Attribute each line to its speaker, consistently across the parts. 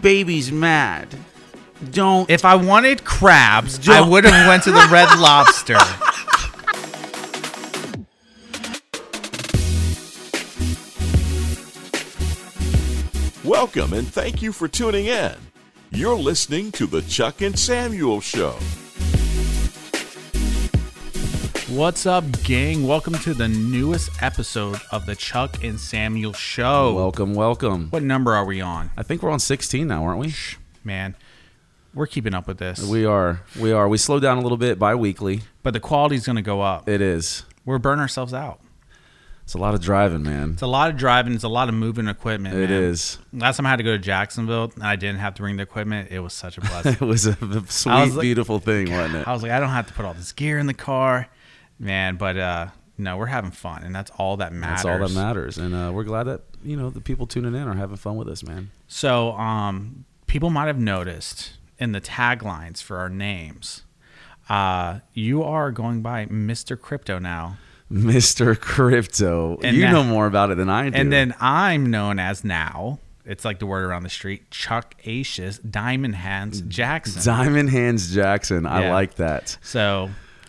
Speaker 1: babies mad. Don't.
Speaker 2: If I wanted crabs, I
Speaker 1: Don't-
Speaker 2: would have went to the Red Lobster.
Speaker 3: Welcome and thank you for tuning in. You're listening to The Chuck and Samuel Show.
Speaker 2: What's up, gang? Welcome to the newest episode of the Chuck and Samuel Show.
Speaker 1: welcome, welcome.
Speaker 2: what number are we on,
Speaker 1: I think we're on 16 now, aren't we?
Speaker 2: man? We're keeping up with this,
Speaker 1: We are. We are. We slow down a little bit bi-weekly.
Speaker 2: but the quality's going to go up.
Speaker 1: It is.
Speaker 2: We're burning ourselves out.
Speaker 1: It's a lot of driving, man.
Speaker 2: It's a lot of driving. It's a lot of moving equipment.
Speaker 1: It
Speaker 2: man.
Speaker 1: is.
Speaker 2: Last time I had to go to Jacksonville and I didn't have to bring the equipment. It was such a blessing.
Speaker 1: It was a sweet,
Speaker 2: I was like-
Speaker 1: beautiful thing, wasn't it?
Speaker 2: I was like, I don't have to put all this gear in the car, man. But uh, no, we're having fun, and that's all that matters.
Speaker 1: That's all that matters, and uh, we're glad that you know the people tuning in are having fun with us, man.
Speaker 2: So, um, people might have noticed in the taglines for our names, uh, you are going by Mr. Crypto now,
Speaker 1: Mr. Crypto,
Speaker 2: And
Speaker 1: you
Speaker 2: that-
Speaker 1: know more about it than I do.
Speaker 2: and then I'm known as now. It's like the word around the street: Chuck Asius, Diamond Hands Jackson.
Speaker 1: Diamond Hands Jackson, I
Speaker 2: Yeah.
Speaker 1: like that.
Speaker 2: so,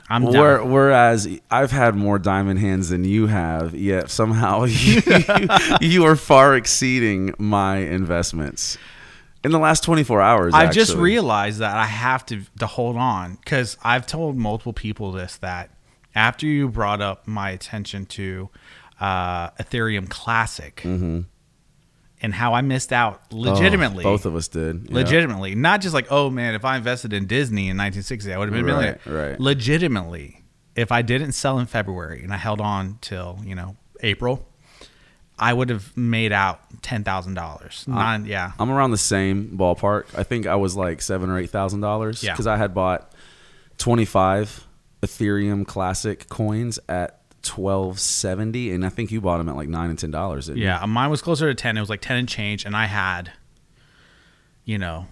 Speaker 2: I'm
Speaker 1: Where,
Speaker 2: down.
Speaker 1: whereas I've had more diamond hands than you have, yet somehow you, you are far exceeding my investments in the last 24 hours.
Speaker 2: I've just
Speaker 1: actually.
Speaker 2: realized that I have to to hold on because I've told multiple people this that after you brought up my attention to uh, Ethereum Classic and how I missed out
Speaker 1: Mm-hmm. Oh,
Speaker 2: legitimately,
Speaker 1: both of us did. Yeah.
Speaker 2: legitimately, not just like oh man, if I invested in Disney in 1960, I would have been a millionaire.
Speaker 1: Right, right.
Speaker 2: Legitimately, if I didn't sell in February and I held on till you know April, I would have made out ten thousand dollars.
Speaker 1: Mm.
Speaker 2: Not yeah.
Speaker 1: I'm around the same ballpark. I think I was like seven or eight thousand dollars
Speaker 2: Yeah.
Speaker 1: because I had bought 25 Ethereum Classic coins at 1270, and I think you bought them at like nine and ten dollars.
Speaker 2: Yeah, uh, mine was closer to ten. It was like ten and change, and I had, you know,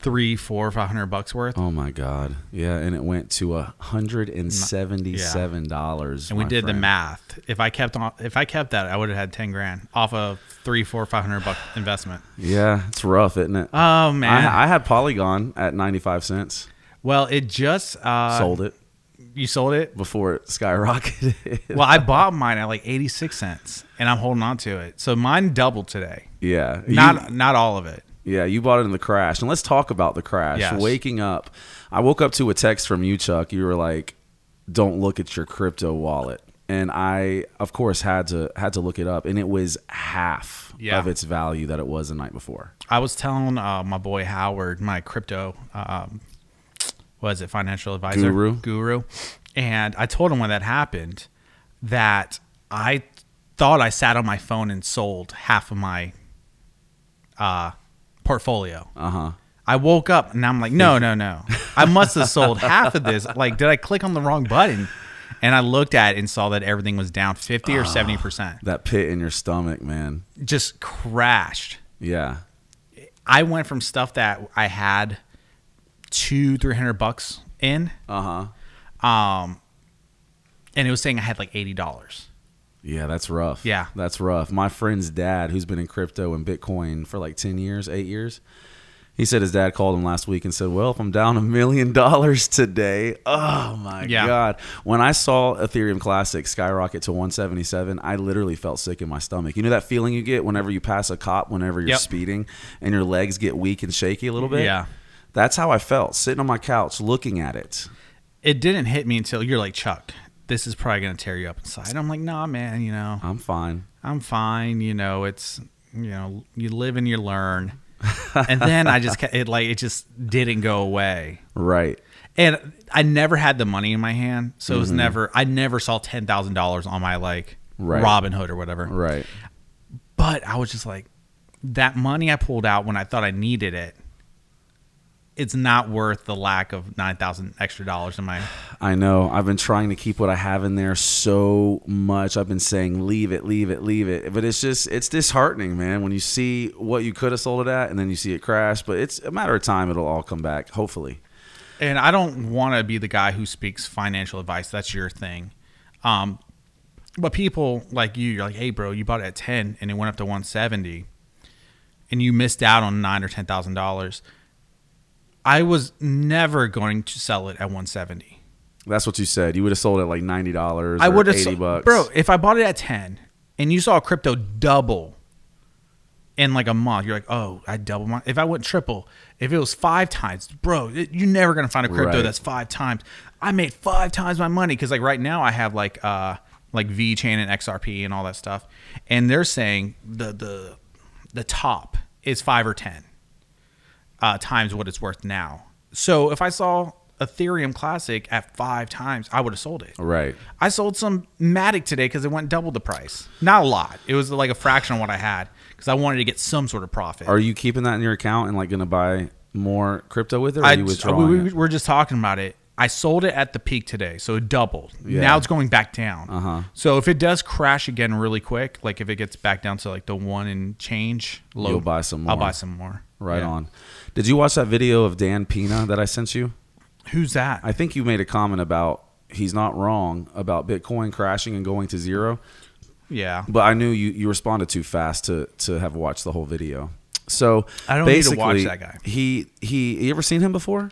Speaker 2: three, four, five hundred bucks worth,
Speaker 1: Oh my god. Yeah, and it went to a hundred and seventy-seven dollars.
Speaker 2: and we did the math. If I kept on, if I kept that, I would have had ten grand off of three, four, five hundred buck investment.
Speaker 1: Yeah, it's rough, isn't it?
Speaker 2: Oh man.
Speaker 1: I, I had Polygon at ninety-five cents.
Speaker 2: well, it just uh,
Speaker 1: sold it
Speaker 2: You sold it.
Speaker 1: before it skyrocketed.
Speaker 2: Well, I bought mine at like eighty six cents, and I'm holding on to it. So mine doubled today.
Speaker 1: yeah, you-
Speaker 2: Not not all of it.
Speaker 1: Yeah, you bought it in the crash. And let's talk about the crash.
Speaker 2: Yes.
Speaker 1: Waking up, I woke up to a text from you, Chuck. You were like, "Don't look at your crypto wallet." And I, of course, had to had to look it up, and it was half
Speaker 2: Yeah.
Speaker 1: of its value that it was the night before.
Speaker 2: I was telling uh, my boy Howard, my crypto, um, was it financial advisor
Speaker 1: Guru.
Speaker 2: guru, and I told him when that happened that I thought I sat on my phone and sold half of my uh, portfolio.
Speaker 1: Uh huh.
Speaker 2: I woke up and I'm like, no, no, no, I must have sold half of this. Like, did I click on the wrong button? And I looked at it and saw that everything was down fifty or seventy percent.
Speaker 1: That pit in your stomach, man.
Speaker 2: Just crashed.
Speaker 1: Yeah.
Speaker 2: I went from stuff that I had two, three hundred bucks in, um,
Speaker 1: Uh huh.
Speaker 2: and it was saying I had like eighty dollars.
Speaker 1: Yeah, that's rough.
Speaker 2: Yeah.
Speaker 1: That's rough. My friend's dad, who's been in crypto and Bitcoin for like 10 years, eight years, he said his dad called him last week and said, Well, if I'm down a million dollars today, oh my
Speaker 2: Yeah.
Speaker 1: God. When I saw Ethereum Classic skyrocket to 177, I literally felt sick in my stomach. You know that feeling you get whenever you pass a cop, whenever you're
Speaker 2: Yep.
Speaker 1: speeding, and your legs get weak and shaky a little bit?
Speaker 2: Yeah.
Speaker 1: That's how I felt, sitting on my couch looking at it.
Speaker 2: It didn't hit me until you're like Chuck. This is probably gonna tear you up inside. I'm like, nah, man. You know,
Speaker 1: I'm fine.
Speaker 2: I'm fine. You know, it's you know, you live and you learn. and then I just ca- it like it just didn't go away.
Speaker 1: Right.
Speaker 2: And I never had the money in my hand, so it
Speaker 1: Mm-hmm.
Speaker 2: was never. I never saw ten thousand dollars on my like
Speaker 1: Right.
Speaker 2: Robin Hood or whatever.
Speaker 1: Right.
Speaker 2: but I was just like, that money I pulled out when I thought I needed it, it's not worth the lack of nine thousand extra dollars in my.
Speaker 1: I know. I've been trying to keep what I have in there so much. I've been saying leave it, leave it, leave it. But it's just it's disheartening, man, when you see what you could have sold it at and then you see it crash. But it's a matter of time it'll all come back, hopefully.
Speaker 2: And I don't want to be the guy who speaks financial advice. That's your thing. Um, but people like you, you're like, hey, bro, you bought it at ten and it went up to one seventy, and you missed out on nine or ten thousand dollars, I was never going to sell it at one seventy.
Speaker 1: That's what you said. You would have sold it like ninety dollars.
Speaker 2: I would have
Speaker 1: eighty
Speaker 2: sold-
Speaker 1: bucks,
Speaker 2: bro. If I bought it at ten and you saw crypto double in like a month, you're like, oh, I double my. If I went triple, if it was five times, bro, it- you're never gonna find a crypto
Speaker 1: Right.
Speaker 2: that's five times. I made five times my money because like right now I have like uh like V chain and XRP and all that stuff, and they're saying the the the top is five or ten uh, times what it's worth now. So if I saw Ethereum Classic at five times, I would have sold it.
Speaker 1: Right.
Speaker 2: I sold some Matic today because it went double the price. Not a lot. It was like a fraction of what I had because I wanted to get some sort of profit.
Speaker 1: Are you keeping that in your account and like going to buy more crypto with it? Or are
Speaker 2: I,
Speaker 1: you
Speaker 2: we,
Speaker 1: withdrawing
Speaker 2: we-
Speaker 1: it?
Speaker 2: We're just talking about it. I sold it at the peak today, so it doubled. Now it's going back down. Uh-huh. So if it does crash again really quick, like if it gets back down to like the one and change, low,
Speaker 1: You'll buy some
Speaker 2: I'll
Speaker 1: more.
Speaker 2: buy some more.
Speaker 1: Right
Speaker 2: Yeah.
Speaker 1: on. Did you watch that video of Dan Pina that I sent you?
Speaker 2: Who's that?
Speaker 1: I think you made a comment about he's not wrong about Bitcoin crashing and going to zero,
Speaker 2: yeah.
Speaker 1: but I knew you, you responded too fast to to have watched the whole video. So
Speaker 2: I don't need to watch
Speaker 1: basically,
Speaker 2: that guy.
Speaker 1: He he. You ever seen him before?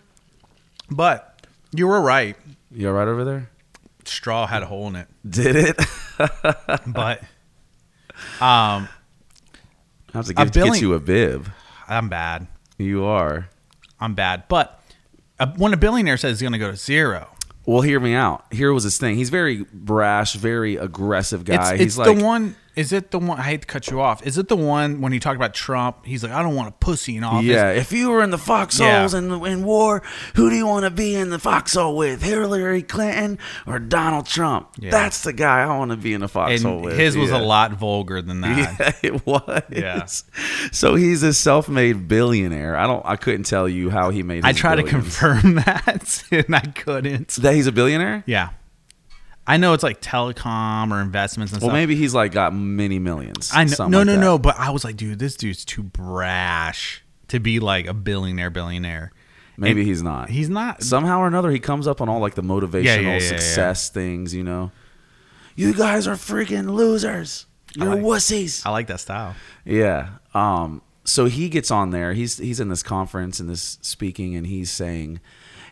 Speaker 2: But you were right.
Speaker 1: You all right over there?
Speaker 2: Straw had a hole in it.
Speaker 1: Did it?
Speaker 2: But um,
Speaker 1: I have to get,
Speaker 2: billion-
Speaker 1: get you a bib.
Speaker 2: I'm bad.
Speaker 1: You are.
Speaker 2: I'm bad. But uh, when a billionaire says he's going to go to zero,
Speaker 1: Well, hear me out. Here was his thing. He's very brash, very aggressive
Speaker 2: it's,
Speaker 1: guy.
Speaker 2: it's
Speaker 1: He's like,
Speaker 2: the one. Is it the one? I hate to cut you off. Is it the one when he talked about Trump? He's like, I don't want a pussy in office.
Speaker 1: yeah. If you were in the foxholes
Speaker 2: Yeah.
Speaker 1: in, in war, who do you want to be in the foxhole with? Hillary Clinton or Donald Trump?
Speaker 2: Yeah.
Speaker 1: That's the guy I want to be in the
Speaker 2: And
Speaker 1: foxhole with.
Speaker 2: his was
Speaker 1: Yeah.
Speaker 2: a lot vulgar than that.
Speaker 1: Yeah, it was.
Speaker 2: Yeah.
Speaker 1: So he's a self-made billionaire. I don't. I couldn't tell you how he made. His
Speaker 2: I tried to
Speaker 1: billions.
Speaker 2: confirm that, and I couldn't.
Speaker 1: that he's a billionaire.
Speaker 2: Yeah, I know it's like telecom or investments and
Speaker 1: Well,
Speaker 2: stuff.
Speaker 1: maybe he's like got many millions.
Speaker 2: I know.
Speaker 1: something
Speaker 2: No,
Speaker 1: like
Speaker 2: no,
Speaker 1: that.
Speaker 2: no. But I was like, dude, this dude's too brash to be like a billionaire. Billionaire.
Speaker 1: Maybe he's not.
Speaker 2: He's not.
Speaker 1: somehow or another he comes up on all like the motivational
Speaker 2: Yeah, yeah, yeah, yeah.
Speaker 1: success things you know you guys are freaking losers you're
Speaker 2: like-
Speaker 1: wussies
Speaker 2: I like that style.
Speaker 1: yeah um so he gets on there he's he's in this conference and this speaking and he's saying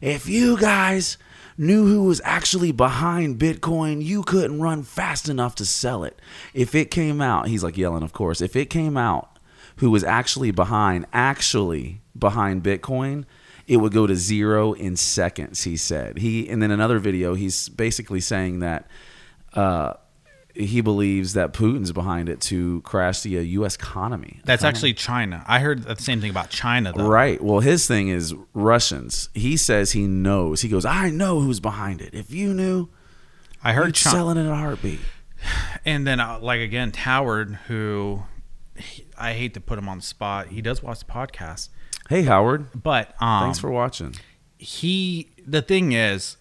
Speaker 1: if you guys knew who was actually behind bitcoin you couldn't run fast enough to sell it if it came out he's like yelling of course if it came out who was actually behind actually behind bitcoin it would go to zero in seconds he said he and then another video he's basically saying that uh, he believes that putin's behind it to crash the uh, us economy
Speaker 2: That's actually China. I heard the same thing about China though.
Speaker 1: Right. Well, his thing is Russians. He says he knows. He goes, I know who's behind it. If you knew,
Speaker 2: I heard
Speaker 1: you'd
Speaker 2: China,
Speaker 1: sell it in a heartbeat.
Speaker 2: and then uh, like again, Howard, who he, I hate to put him on the spot. He does watch the podcast,
Speaker 1: Hey, Howard.
Speaker 2: but um,
Speaker 1: Thanks for watching.
Speaker 2: he. The thing is,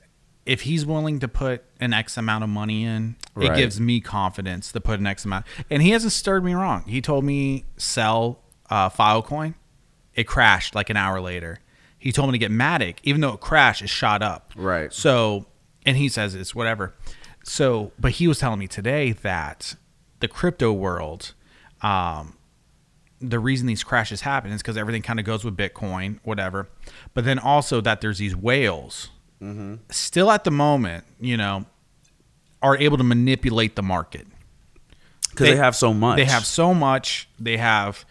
Speaker 2: if he's willing to put an X amount of money in, it
Speaker 1: Right.
Speaker 2: gives me confidence to put an X amount. And he hasn't stirred me wrong. He told me sell uh, Filecoin. It crashed like an hour later. He told me to get Matic, even though it crashed, it shot up.
Speaker 1: Right.
Speaker 2: So, and he says it's whatever. So, but he was telling me today that the crypto world, um, the reason these crashes happen is because everything kind of goes with Bitcoin, whatever. But then also that there's these whales still at the moment, you know, are able to manipulate the market.
Speaker 1: Because they, have so much.
Speaker 2: They have so much. They have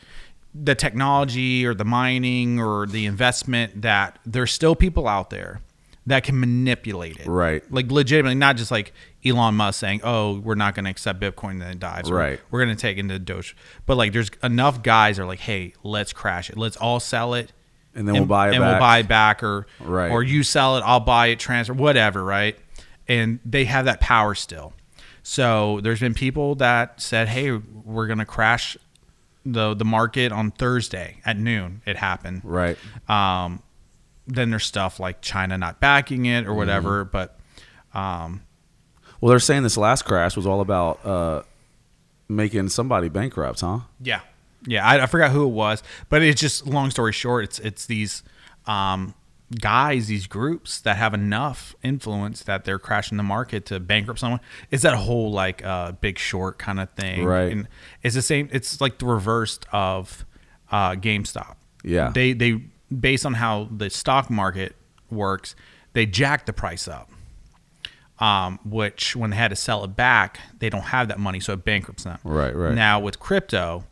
Speaker 2: the technology or the mining or the investment that there's still people out there that can manipulate it.
Speaker 1: Right.
Speaker 2: Like legitimately, not just like Elon Musk saying, "Oh, we're not going to accept Bitcoin," and then it dives. We're-
Speaker 1: Right.
Speaker 2: We're, going to take into Doge. But like, there's enough guys that are like, "Hey, let's crash it. Let's all sell it."
Speaker 1: And then we'll buy it
Speaker 2: and we'll
Speaker 1: back.
Speaker 2: buy it back, or
Speaker 1: Right.
Speaker 2: or you sell it, I'll buy it, transfer, whatever, right? And they have that power still. So there's been people that said, "Hey, we're gonna crash the the market on Thursday at noon." It happened.
Speaker 1: Right.
Speaker 2: Um, then there's stuff like China not backing it or whatever,
Speaker 1: Mm-hmm.
Speaker 2: but
Speaker 1: Well, they're saying this last crash was all about uh, making somebody bankrupt, huh?
Speaker 2: Yeah, yeah. I, I forgot who it was, but it's just long story short, it's it's these um, guys, these groups that have enough influence that they're crashing the market to bankrupt someone. It's that whole like uh, Big Short kind of thing,
Speaker 1: Right.
Speaker 2: And it's the same. It's like the reversed of uh, GameStop.
Speaker 1: Yeah.
Speaker 2: They they based on how the stock market works, they jack the price up. Um, which when they had to sell it back, they don't have that money, so it bankrupts them.
Speaker 1: Right, right.
Speaker 2: Now with crypto,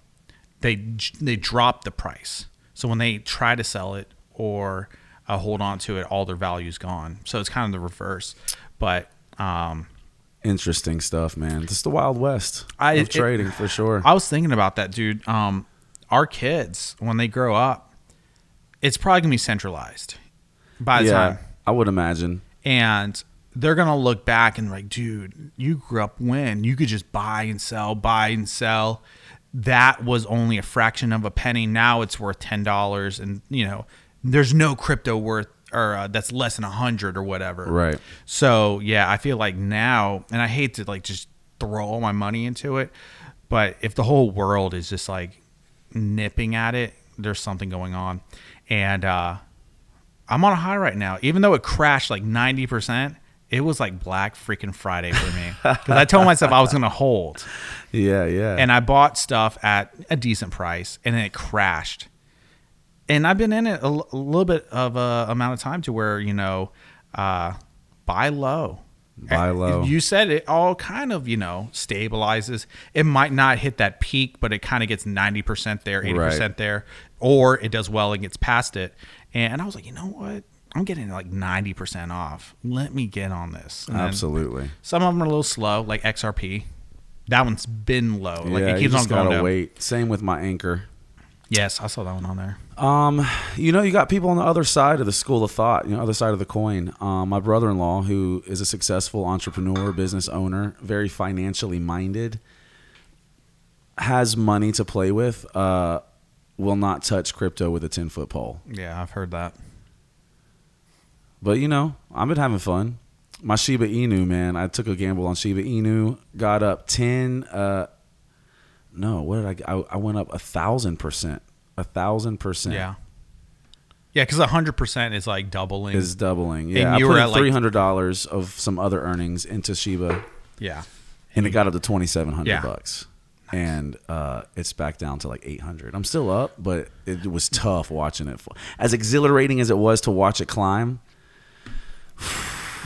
Speaker 2: they j- they drop the price. So when they try to sell it or uh, hold on to it, all their value's gone. So it's kind of the reverse. But um,
Speaker 1: Interesting stuff, man. Just the Wild West
Speaker 2: I-
Speaker 1: of
Speaker 2: it-
Speaker 1: trading for sure.
Speaker 2: I was thinking about that, dude. Um, our kids when they grow up, it's probably gonna be centralized by the
Speaker 1: yeah,
Speaker 2: time,
Speaker 1: I would imagine.
Speaker 2: and they're gonna look back and like, dude, you grew up when you could just buy and sell, buy and sell. That was only a fraction of a penny. Now it's worth ten dollars, and you know, there's no crypto worth or uh, that's less than a hundred or whatever.
Speaker 1: Right.
Speaker 2: So yeah, I feel like now, and I hate to like just throw all my money into it, but if the whole world is just like nipping at it, there's something going on. And uh, I'm on a high right now, even though it crashed like 90 percent. It was like Black freaking Friday for me because I told myself I was gonna hold,
Speaker 1: Yeah, yeah.
Speaker 2: and I bought stuff at a decent price, and then it crashed. And I've been in it a l- a little bit of a amount of time to where you know, uh, buy low,
Speaker 1: Buy low.
Speaker 2: you said it all kind of, you know, stabilizes. It might not hit that peak, but it kind of gets 90% there, 80%
Speaker 1: Right.
Speaker 2: there, or it does well and gets past it. And I was like, you know what? I'm getting like 90% off. Let me get on this. And then
Speaker 1: Absolutely.
Speaker 2: Some of them are a little slow, like XRP. That one's been low. Like
Speaker 1: yeah,
Speaker 2: it
Speaker 1: you
Speaker 2: keeps on
Speaker 1: just
Speaker 2: going
Speaker 1: gotta
Speaker 2: down.
Speaker 1: wait. Same with my anchor.
Speaker 2: Yes, I saw that one on there.
Speaker 1: Um, you know, you got people on the other side of the school of thought, you know, other side of the coin. Um, my brother-in-law, who is a successful entrepreneur, business owner, very financially minded, has money to play with. Uh, will not touch crypto with a ten-foot pole.
Speaker 2: Yeah, I've heard that.
Speaker 1: But you know, I've been having fun. My Shiba Inu, man, I took a gamble on Shiba Inu. Got up ten. Uh, no, what did I? g- I, I went up a thousand percent. A thousand percent.
Speaker 2: Yeah. Yeah, because 100% is like doubling.
Speaker 1: is doubling. Yeah,
Speaker 2: And you
Speaker 1: I put
Speaker 2: were
Speaker 1: in
Speaker 2: at, like-
Speaker 1: three hundred dollars of some other earnings into Shiba,
Speaker 2: yeah.
Speaker 1: and it got up to twenty seven hundred
Speaker 2: Yeah.
Speaker 1: bucks, and uh, it's back down to like eight hundred. I'm still up, but it was tough watching it. As exhilarating as it was to watch it climb,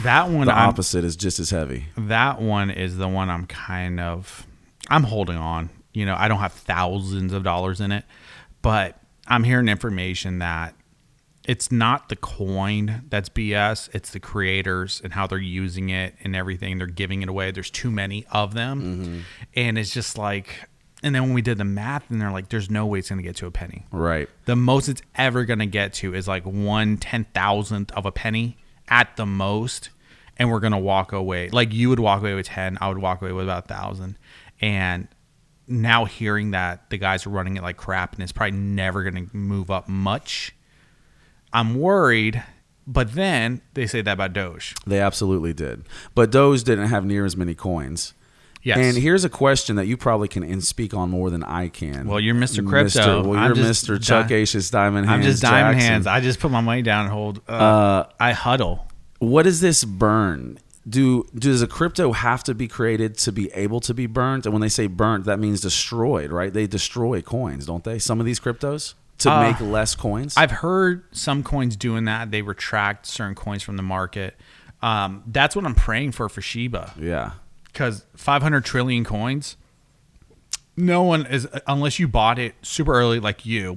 Speaker 2: That one
Speaker 1: the
Speaker 2: I'm-
Speaker 1: opposite is just as heavy.
Speaker 2: that one is the one I'm kind of I'm holding on. You know, I don't have thousands of dollars in it, but I'm hearing information that it's not the coin that's BS, it's the creators and how they're using it and everything. They're giving it away. There's too many of them. And it's just like and then when we did the math and they're like there's no way it's going to get to a penny.
Speaker 1: Right.
Speaker 2: The most it's ever gonna get to is like one ten thousandth of a penny at the most, and we're gonna walk away. Like you would walk away with ten, I would walk away with about a thousand. And now hearing that the guys are running it like crap and it's probably never gonna move up much, I'm worried. But then they say that about Doge.
Speaker 1: They absolutely did. But those didn't have near as many coins.
Speaker 2: Yes.
Speaker 1: And here's a question that you probably can and speak on more than I can.
Speaker 2: Well, you're Mr. Crypto.
Speaker 1: well,
Speaker 2: I'm
Speaker 1: you're
Speaker 2: just
Speaker 1: Mr.
Speaker 2: di-
Speaker 1: Chuck Asius Diamond Hands.
Speaker 2: I'm just diamond
Speaker 1: Jackson.
Speaker 2: hands. I just put my money down and hold. Uh, I huddle.
Speaker 1: what is this burn? Do does a crypto have to be created to be able to be burnt? And when they say burnt, that means destroyed, right? They destroy coins, don't they? Some of these cryptos to
Speaker 2: Uh,
Speaker 1: make less coins.
Speaker 2: I've heard some coins doing that. They retract certain coins from the market. Um, that's what I'm praying for for Shiba
Speaker 1: yeah,
Speaker 2: because 500 trillion coins. No one is unless you bought it super early, like you,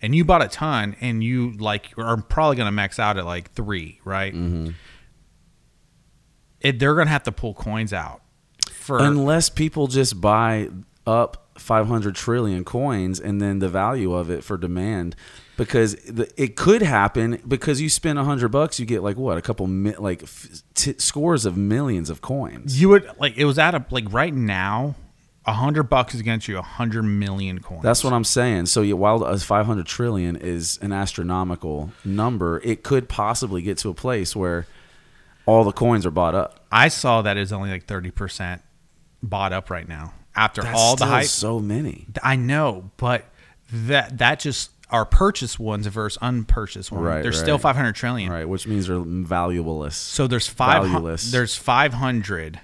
Speaker 2: and you bought a ton, and you like are probably going to max out at like three, right?
Speaker 1: Mm-hmm.
Speaker 2: It, they're going to have to pull coins out for
Speaker 1: unless people just buy up 500 trillion coins and then the value of it for demand because the, it could happen because you spend 100 bucks you get like what a couple mi- like f- t- scores of millions of coins
Speaker 2: you would like it was at a like right now, a hundred bucks is against you a hundred million coins.
Speaker 1: That's what I'm saying. So yeah, while a 500 trillion is an astronomical number, it could possibly get to a place where all the coins are bought up.
Speaker 2: I saw that it's only like 30% bought up right now after
Speaker 1: That's
Speaker 2: all the
Speaker 1: still
Speaker 2: hype.
Speaker 1: so many.
Speaker 2: I know, but that that just are purchased ones versus unpurchased ones.
Speaker 1: Right,
Speaker 2: There's still
Speaker 1: right.
Speaker 2: 500 trillion.
Speaker 1: Right, which means they're valueless.
Speaker 2: So there's 500
Speaker 1: Valueless.
Speaker 2: there's 500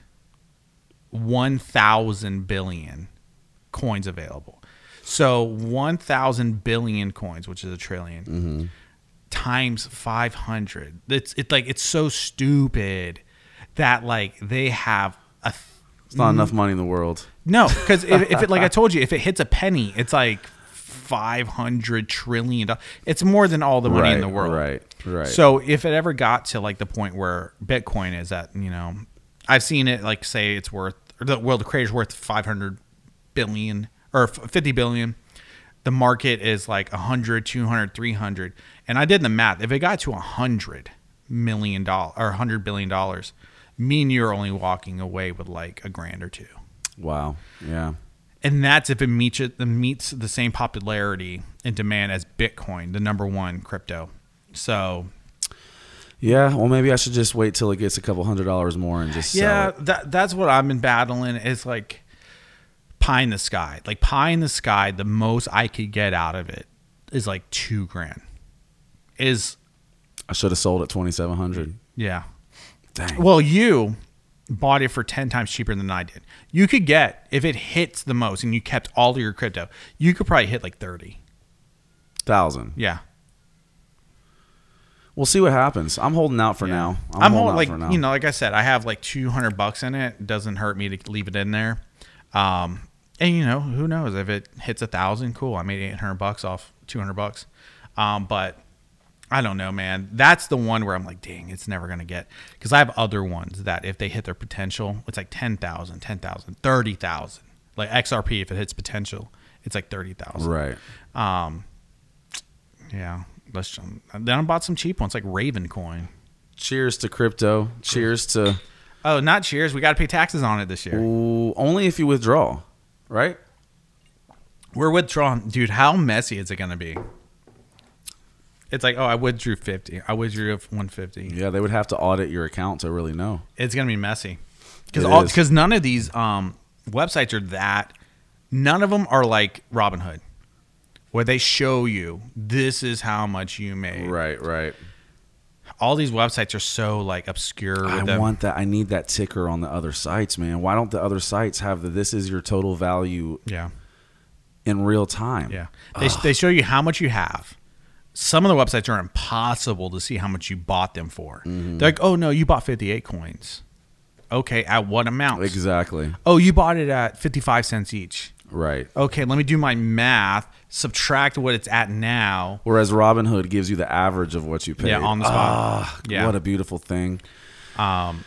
Speaker 2: 1000 billion coins available. So 1,000 billion coins, which is a 1000000000000
Speaker 1: Mm-hmm.
Speaker 2: times 500. It's it's like it's so stupid that like they have a th-
Speaker 1: It's
Speaker 2: Mm-hmm.
Speaker 1: not enough money in the world.
Speaker 2: no, because if, if it like I told you, if it hits a penny, it's like 500 trillion. do- It's more than all the money in the world.
Speaker 1: Right. Right.
Speaker 2: So if it ever got to like the point where Bitcoin is at, you know, I've seen it like say it's worth or the world creator's worth 500 billion or f- 50 billion. The market is like 100, 200, 300. And I did the math. If it got to 100 million dollars or 100 billion dollars, me and you are only walking away with like a grand or two.
Speaker 1: wow. Yeah.
Speaker 2: And that's if it meets it meets the same popularity and demand as Bitcoin, the number one crypto. So
Speaker 1: Yeah. Well, maybe I should just wait till it gets a couple hundred dollars more and just
Speaker 2: yeah,
Speaker 1: sell it.
Speaker 2: that that's what I've been battling is like pie in the sky. Like pie in the sky, the most I could get out of it is like two grand. Is
Speaker 1: I should have sold at twenty seven hundred.
Speaker 2: yeah.
Speaker 1: Dang.
Speaker 2: Well, you bought it for ten times cheaper than I did. You could get if it hits the most and you kept all of your crypto, you could probably hit like thirty.
Speaker 1: Thousand.
Speaker 2: Yeah.
Speaker 1: We'll see what happens. I'm holding out for now.
Speaker 2: I'm, holding like you know, like I said, I have like 200 bucks in it. Doesn't hurt me to leave it in there. Um, and you know, who knows if it hits a thousand? Cool, I made 800 bucks off 200 bucks. Um, but I don't know, man. That's the one where I'm like, dang, it's never gonna get because I have other ones that if they hit their potential, it's like 10,000, 10,000, 30,000. Like XRP, if it hits potential, it's like 30,000.
Speaker 1: Right.
Speaker 2: Yeah. Let's jump. Then I bought some cheap ones like Raven Coin.
Speaker 1: Cheers to crypto. Cheers to
Speaker 2: Oh, not cheers. We got to pay taxes on it this year.
Speaker 1: Ooh, only if you withdraw, right?
Speaker 2: We're withdrawing, dude. How messy is it gonna be? It's like, oh, I withdrew fifty. I withdrew one fifty.
Speaker 1: Yeah, they would have to audit your account to really know.
Speaker 2: It's gonna be messy because
Speaker 1: It
Speaker 2: all
Speaker 1: is.
Speaker 2: because none of these um, websites are that. None of them are like Robinhood, where they show you this is how much you made.
Speaker 1: Right, right.
Speaker 2: All these websites are so like obscure. With
Speaker 1: I
Speaker 2: them.
Speaker 1: want that. I need that ticker on the other sites, man. Why don't the other sites have the this is your total value
Speaker 2: yeah.
Speaker 1: in real time?
Speaker 2: Yeah. They, they show you how much you have. Some of the websites are impossible to see how much you bought them for.
Speaker 1: Mm-hmm.
Speaker 2: They're like, oh, no, you bought 58 coins. Okay, at what amount?
Speaker 1: Exactly.
Speaker 2: Oh, you bought it at 55 cents each.
Speaker 1: Right.
Speaker 2: Okay, let me do my math, subtract what it's at now.
Speaker 1: Whereas Robinhood gives you the average of what you paid.
Speaker 2: Yeah, on the spot.
Speaker 1: Ah,
Speaker 2: Yeah.
Speaker 1: What a beautiful thing.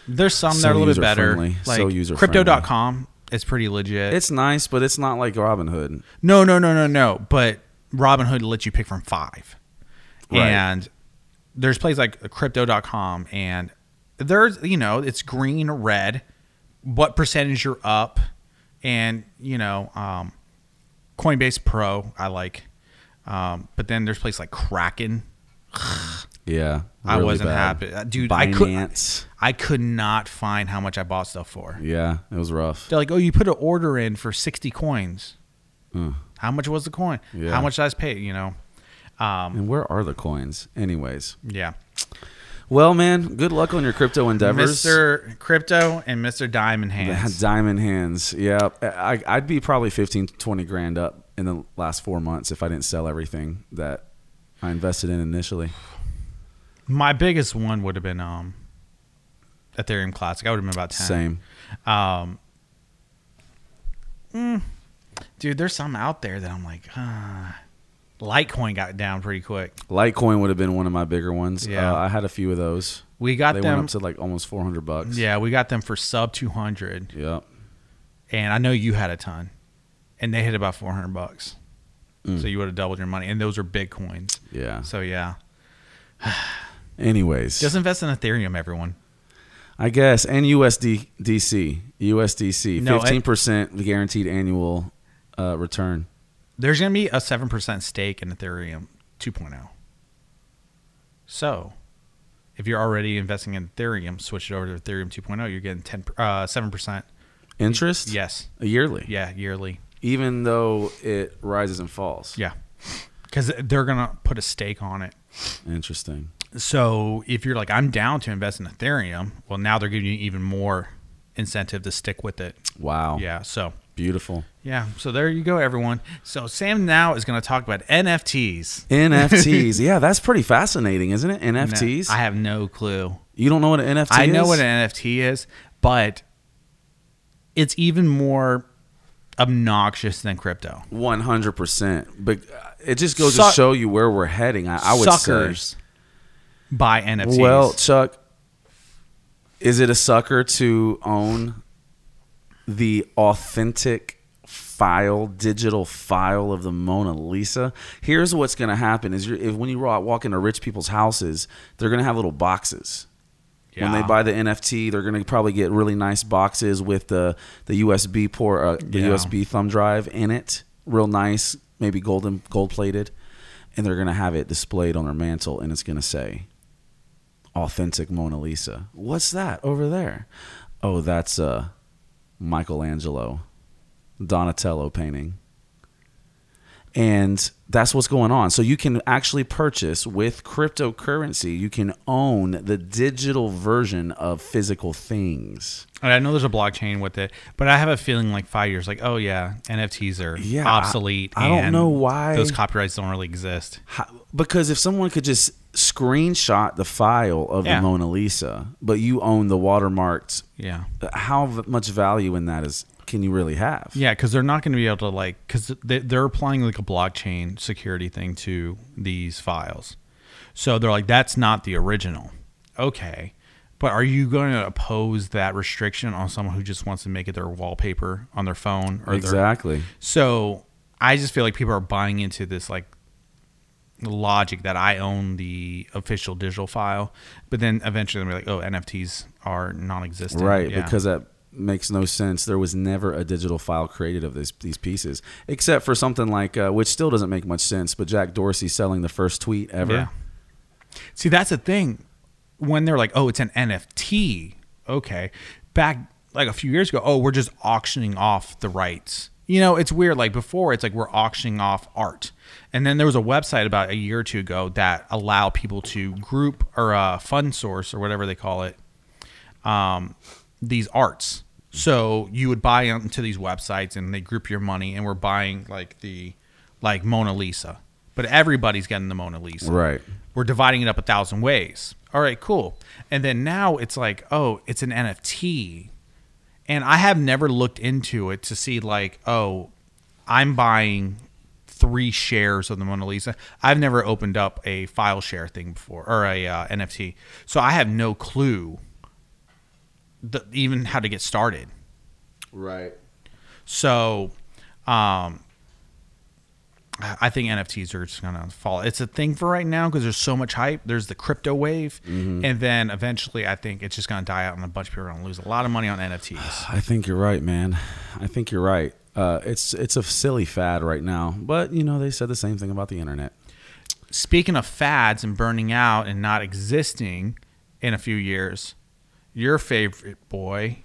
Speaker 2: There's some
Speaker 1: So
Speaker 2: that are a little bit better.
Speaker 1: user-friendly.
Speaker 2: Like
Speaker 1: So user-friendly.
Speaker 2: crypto.com is pretty legit.
Speaker 1: It's nice, but it's not like Robinhood.
Speaker 2: No, no, no, no, no. But Robinhood lets you pick from five.
Speaker 1: Right.
Speaker 2: And there's places like crypto.com and there's, you know, it's green, red, what percentage you're up. And, you know, um, Coinbase Pro, I like. Um, but then there's places like Kraken.
Speaker 1: Yeah.
Speaker 2: I
Speaker 1: really
Speaker 2: wasn't
Speaker 1: bad.
Speaker 2: happy. Uh, Dude, I could
Speaker 1: Binance.
Speaker 2: I could not find how much I bought stuff for.
Speaker 1: yeah, it was rough.
Speaker 2: They're like, oh, you put an order in for 60 coins. How much was the coin?
Speaker 1: Yeah.
Speaker 2: How much did I pay? You know,
Speaker 1: And where are the coins? Anyways.
Speaker 2: yeah.
Speaker 1: Well, man, good luck on your crypto endeavors.
Speaker 2: Mr. Crypto and Mr. Diamond Hands.
Speaker 1: Diamond hands. Yeah. I, I'd be probably 15, 20 grand up in the last four months if I didn't sell everything that I invested in initially.
Speaker 2: My biggest one would have been um, Ethereum Classic. I would have been about Um, 10.
Speaker 1: Same.
Speaker 2: mm, Dude, there's some out there that I'm like, ah. Litecoin got down pretty quick.
Speaker 1: Litecoin would have been one of my bigger ones.
Speaker 2: Yeah.
Speaker 1: Uh, I had a few of those.
Speaker 2: We got
Speaker 1: They went
Speaker 2: them.
Speaker 1: up to like almost 400 bucks.
Speaker 2: yeah, we got them for sub 200.
Speaker 1: Yep.
Speaker 2: And I know you had a ton. And they hit about 400 bucks.
Speaker 1: Mm.
Speaker 2: So you would have doubled your money. And those are big coins.
Speaker 1: Yeah.
Speaker 2: So yeah.
Speaker 1: Anyways,
Speaker 2: Just invest in Ethereum, everyone.
Speaker 1: I guess and USD DC USDC
Speaker 2: No, I-
Speaker 1: 15% guaranteed annual uh, return.
Speaker 2: There's going to be a 7% stake in Ethereum 2.0. So, if you're already investing in Ethereum, switch it over to Ethereum 2.0, you're getting 10 uh 7%.
Speaker 1: Interest?
Speaker 2: Yes.
Speaker 1: Yearly.
Speaker 2: Yeah, yearly.
Speaker 1: Even though it rises and falls.
Speaker 2: Yeah. Cuz they're going to put a stake on it.
Speaker 1: Interesting.
Speaker 2: So, if you're like I'm down to invest in Ethereum, well now they're giving you even more incentive to stick with it.
Speaker 1: Wow.
Speaker 2: Yeah, so
Speaker 1: Beautiful.
Speaker 2: Yeah. So there you go, everyone. So Sam now is going to talk about NFTs.
Speaker 1: NFTs. yeah, that's pretty fascinating, isn't it? NFTs.
Speaker 2: I have no clue.
Speaker 1: you don't know what an NFT
Speaker 2: I
Speaker 1: is?
Speaker 2: know what an NFT is, but it's even more obnoxious than crypto.
Speaker 1: One hundred percent. But uh, it just goes to
Speaker 2: Suck-
Speaker 1: show you where we're heading. I, I would say.
Speaker 2: Suckers buy NFTs.
Speaker 1: Well, Chuck, is it a sucker to own the authentic file, digital file of the Mona Lisa? Here's what's going to happen: is you're, if when you wa- walk into rich people's houses, they're going to have little boxes. When they
Speaker 2: Yeah.
Speaker 1: buy the NFT, they're going to probably get really nice boxes with the the USB port, uh, the
Speaker 2: Yeah.
Speaker 1: USB thumb drive in it, real nice, maybe golden, gold plated, and they're going to have it displayed on their mantle, and it's going to say authentic Mona Lisa. What's that over there? Oh, that's a Michelangelo Donatello painting. And that's what's going on. So you can actually purchase with cryptocurrency, you can own the digital version of physical things.
Speaker 2: And I know there's a blockchain with it, but I have a feeling like five years, like, oh yeah, NFTs are
Speaker 1: Yeah, I-
Speaker 2: obsolete.
Speaker 1: I don't
Speaker 2: and
Speaker 1: know why-
Speaker 2: those copyrights don't really exist.
Speaker 1: How, because if someone could just screenshot the file of
Speaker 2: Yeah.
Speaker 1: the Mona Lisa, but you own the watermarked,
Speaker 2: Yeah,
Speaker 1: how v- much value in that is can you really have?
Speaker 2: yeah, because they're not going to be able to like because they, they're applying like a blockchain security thing to these files, so they're like that's not the original. Okay, but are you going to oppose that restriction on someone who just wants to make it their wallpaper on their phone or their
Speaker 1: Exactly.
Speaker 2: So I just feel like people are buying into this like logic that I own the official digital file, but then eventually they're like, oh, NFTs are non-existent,
Speaker 1: right
Speaker 2: Yeah.
Speaker 1: because that makes no sense there was never a digital file created of this, these pieces except for something like uh, which still doesn't make much sense but jack dorsey selling the first tweet ever
Speaker 2: yeah. See, that's the thing when they're like, oh, it's an NFT. Okay, back like a few years ago, oh, we're just auctioning off the rights. You know, it's weird. Like before, it's like we're auctioning off art, and then there was a website about a year or two ago that allowed people to group or uh, fund source or whatever they call it um, these arts. So you would buy into these websites and they group your money and we're buying like the like Mona Lisa. But everybody's getting the Mona Lisa.
Speaker 1: Right.
Speaker 2: We're dividing it up a thousand ways. All right, cool. And then now it's like, oh, it's an NFT. And I have never looked into it to see like, oh, I'm buying three shares of the Mona Lisa. I've never opened up a file share thing before or a uh, NFT. So I have no clue the, even how to get started.
Speaker 1: right
Speaker 2: So, um, I I think NFTs are just gonna fall. It's a thing for right now because there's so much hype. There's the crypto wave,
Speaker 1: Mm-hmm.
Speaker 2: and then eventually, I think it's just gonna die out, and a bunch of people are gonna lose a lot of money on NFTs.
Speaker 1: i think you're right man i think you're right uh, it's it's a silly fad right now but you know they said the same thing about the internet
Speaker 2: Speaking of fads and burning out and not existing in a few years, your favorite boy,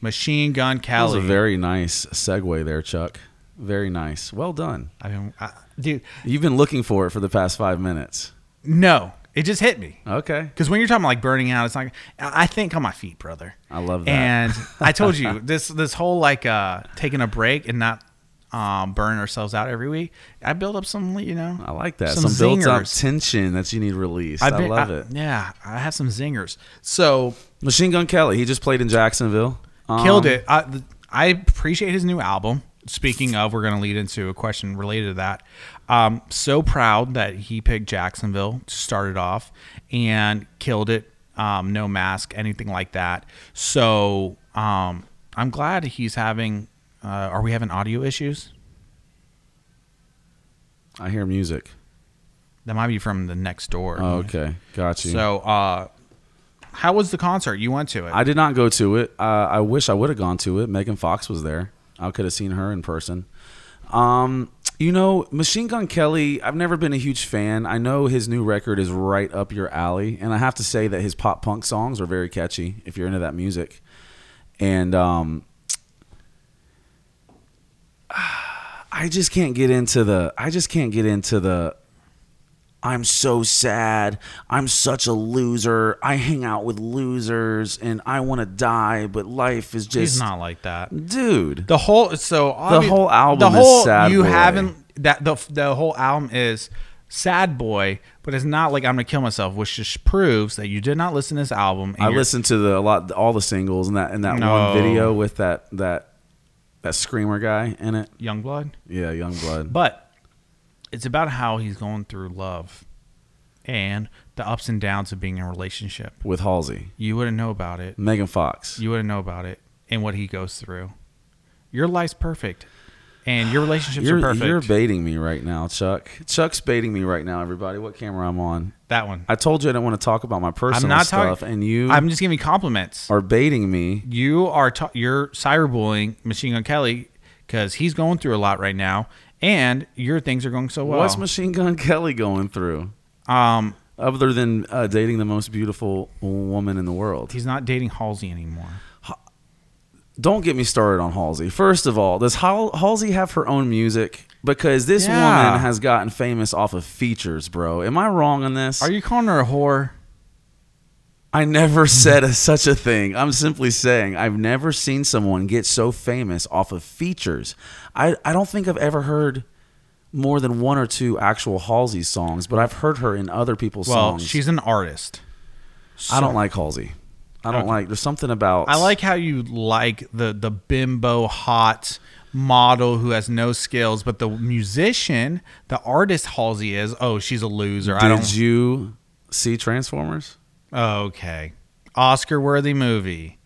Speaker 2: Machine Gun
Speaker 1: that was
Speaker 2: Kelly.
Speaker 1: a very nice segue there chuck very nice well done
Speaker 2: I mean, I, dude,
Speaker 1: you've been looking for it for the past five minutes
Speaker 2: no, it just hit me.
Speaker 1: okay
Speaker 2: Because when you're talking about like burning out, it's like I I think on my feet, brother.
Speaker 1: I love that.
Speaker 2: And I told you this this whole like uh taking a break and not um burn ourselves out every week. I build up some, you know.
Speaker 1: i like that some, built up
Speaker 2: zingers.
Speaker 1: tension that you need released i,
Speaker 2: I've been-
Speaker 1: love
Speaker 2: I-
Speaker 1: it
Speaker 2: Yeah, I have some zingers. So
Speaker 1: Machine Gun Kelly. He just played in Jacksonville. Um,
Speaker 2: killed it. I, th- I appreciate his new album. Speaking of, we're going to lead into a question related to that. Um, so proud that he picked Jacksonville to start it off and killed it. Um, no mask, anything like that. So um, I'm glad he's having. Uh, are we having audio issues?
Speaker 1: I hear music.
Speaker 2: That might be from the next door.
Speaker 1: Oh, okay, got you.
Speaker 2: So, uh, how was the concert? You went to it?
Speaker 1: I did not go to it. Uh, I wish I would have gone to it. Megan Fox was there. I could have seen her in person. Um, you know, Machine Gun Kelly. I've never been a huge fan. I know his new record is right up your alley, and I have to say that his pop punk songs are very catchy if you're into that music. And um, I just can't get into the. I just can't get into the I'm so sad. I'm such a loser. I hang out with losers and I want to die, but life is just
Speaker 2: He's not like that.
Speaker 1: dude.
Speaker 2: The whole so obvi-
Speaker 1: whole album
Speaker 2: The
Speaker 1: is
Speaker 2: whole
Speaker 1: Sad
Speaker 2: you
Speaker 1: Boy.
Speaker 2: haven't that the the whole album is sad boy, but it's not like I'm gonna kill myself, which just proves that you did not listen to this album. and
Speaker 1: I
Speaker 2: you're-
Speaker 1: listened to the a lot all the singles and that and that
Speaker 2: No.
Speaker 1: one video with that that that screamer guy in it.
Speaker 2: Youngblood,
Speaker 1: Yeah, Youngblood.
Speaker 2: but it's about how he's going through love and the ups and downs of being in a relationship.
Speaker 1: with Halsey,
Speaker 2: You wouldn't know about it.
Speaker 1: Megan Fox.
Speaker 2: You wouldn't know about it and what he goes through. Your life's perfect, and your relationships
Speaker 1: You're,
Speaker 2: are perfect.
Speaker 1: you're baiting me right now, Chuck. Chuck's baiting me right now, everybody. What camera I'm on?
Speaker 2: that one.
Speaker 1: I told you I didn't want to talk about my personal
Speaker 2: I'm not
Speaker 1: stuff,
Speaker 2: talking.
Speaker 1: and you
Speaker 2: I'm just giving you compliments.
Speaker 1: are baiting me.
Speaker 2: you are ta- you're cyberbullying Machine Gun Kelly because he's going through a lot right now, and your things are going so well.
Speaker 1: What's Machine Gun Kelly going through?
Speaker 2: um,
Speaker 1: Other than uh, dating the most beautiful woman in the world,
Speaker 2: he's not dating Halsey anymore.
Speaker 1: don't get me started on Halsey. First of all, does Hal- Halsey have her own music? Because this
Speaker 2: Yeah.
Speaker 1: woman has gotten famous off of features, bro. Am I wrong on this?
Speaker 2: Are you calling her a whore?
Speaker 1: I never said a, such a thing. I'm simply saying I've never seen someone get so famous off of features. I, I don't think I've ever heard more than one or two actual Halsey songs, but I've heard her in other people's
Speaker 2: Well,
Speaker 1: songs.
Speaker 2: she's an artist.
Speaker 1: I don't like Halsey. I don't like. There's something about.
Speaker 2: I like how you like the the bimbo hot model who has no skills, but the musician, the artist Halsey is. Oh, she's a loser. I
Speaker 1: Did
Speaker 2: don't.
Speaker 1: you see Transformers?
Speaker 2: okay, Oscar worthy movie.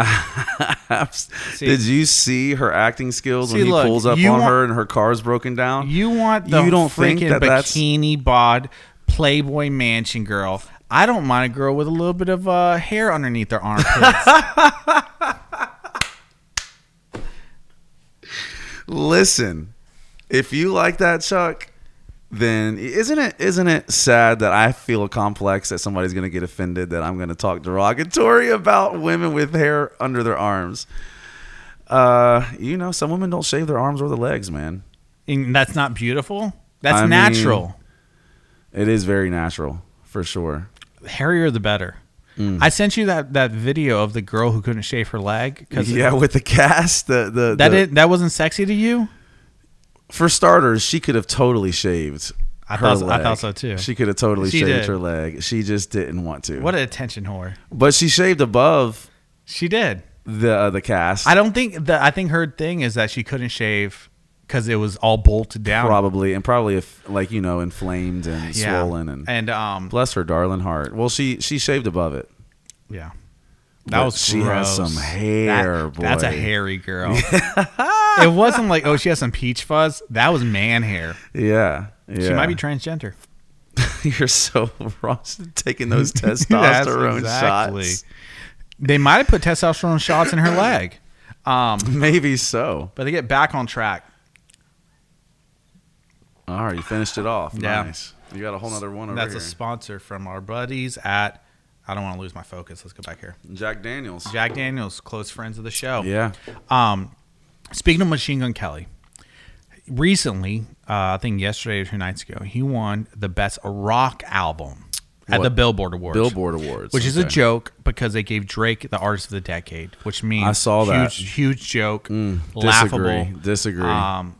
Speaker 1: Did you see her acting skills
Speaker 2: See,
Speaker 1: when he
Speaker 2: look,
Speaker 1: pulls up on
Speaker 2: you want-
Speaker 1: her and her car's broken down?
Speaker 2: You want the
Speaker 1: You don't
Speaker 2: freaking
Speaker 1: think that that's-
Speaker 2: bikini bod Playboy Mansion girl. I don't mind a girl with a little bit of uh, hair underneath their armpits.
Speaker 1: Listen, if you like that, Chuck, then isn't it isn't it sad that I feel complex that somebody's going to get offended that I'm going to talk derogatory about women with hair under their arms? Uh, you know, some women don't shave their arms or their legs, man.
Speaker 2: and that's not beautiful. That's
Speaker 1: I mean-
Speaker 2: natural.
Speaker 1: It is very natural, for sure.
Speaker 2: The hairier the better.
Speaker 1: Mm.
Speaker 2: I sent you that, that video of the girl who couldn't shave her leg because
Speaker 1: Yeah, with the cast, the the
Speaker 2: that
Speaker 1: the-
Speaker 2: it, that wasn't sexy to you.
Speaker 1: for starters, she could have totally shaved.
Speaker 2: I
Speaker 1: her
Speaker 2: thought so- I
Speaker 1: leg.
Speaker 2: thought so, too.
Speaker 1: She could have totally
Speaker 2: She
Speaker 1: shaved
Speaker 2: did.
Speaker 1: her leg. She just didn't want to.
Speaker 2: What an attention whore.
Speaker 1: but she shaved above
Speaker 2: She did.
Speaker 1: the the cast.
Speaker 2: I don't think that. I think her thing is that she couldn't shave because it was all bolted down.
Speaker 1: probably and probably if like you know inflamed and swollen and,
Speaker 2: and um
Speaker 1: bless her darling heart well she she shaved above it
Speaker 2: yeah. That
Speaker 1: But
Speaker 2: was
Speaker 1: she has
Speaker 2: gross.
Speaker 1: some hair,
Speaker 2: That- That's a
Speaker 1: boy.
Speaker 2: hairy girl. it wasn't like oh she has some peach fuzz. That was man hair.
Speaker 1: yeah yeah
Speaker 2: She might be transgender.
Speaker 1: you're so wrong taking those
Speaker 2: That's
Speaker 1: testosterone
Speaker 2: exactly.
Speaker 1: shots
Speaker 2: They might have put testosterone shots in her leg. Um,
Speaker 1: maybe so
Speaker 2: but they get back on track.
Speaker 1: all right you finished it off
Speaker 2: Yeah.
Speaker 1: nice you got a whole nother one over
Speaker 2: That's a
Speaker 1: here
Speaker 2: sponsor from our buddies at. I don't want to lose my focus. Let's go back here.
Speaker 1: jack daniels
Speaker 2: Jack Daniels, close friends of the show.
Speaker 1: yeah
Speaker 2: Um, speaking of Machine Gun Kelly, recently, uh, I think yesterday or two nights ago, he won the best rock album at
Speaker 1: What?
Speaker 2: the Billboard Awards.
Speaker 1: billboard awards
Speaker 2: Which is a
Speaker 1: okay.
Speaker 2: joke because they gave Drake the Artist of the Decade, which means
Speaker 1: I saw that. Mm,
Speaker 2: huge, huge joke,
Speaker 1: disagree
Speaker 2: laughable.
Speaker 1: disagree
Speaker 2: Um,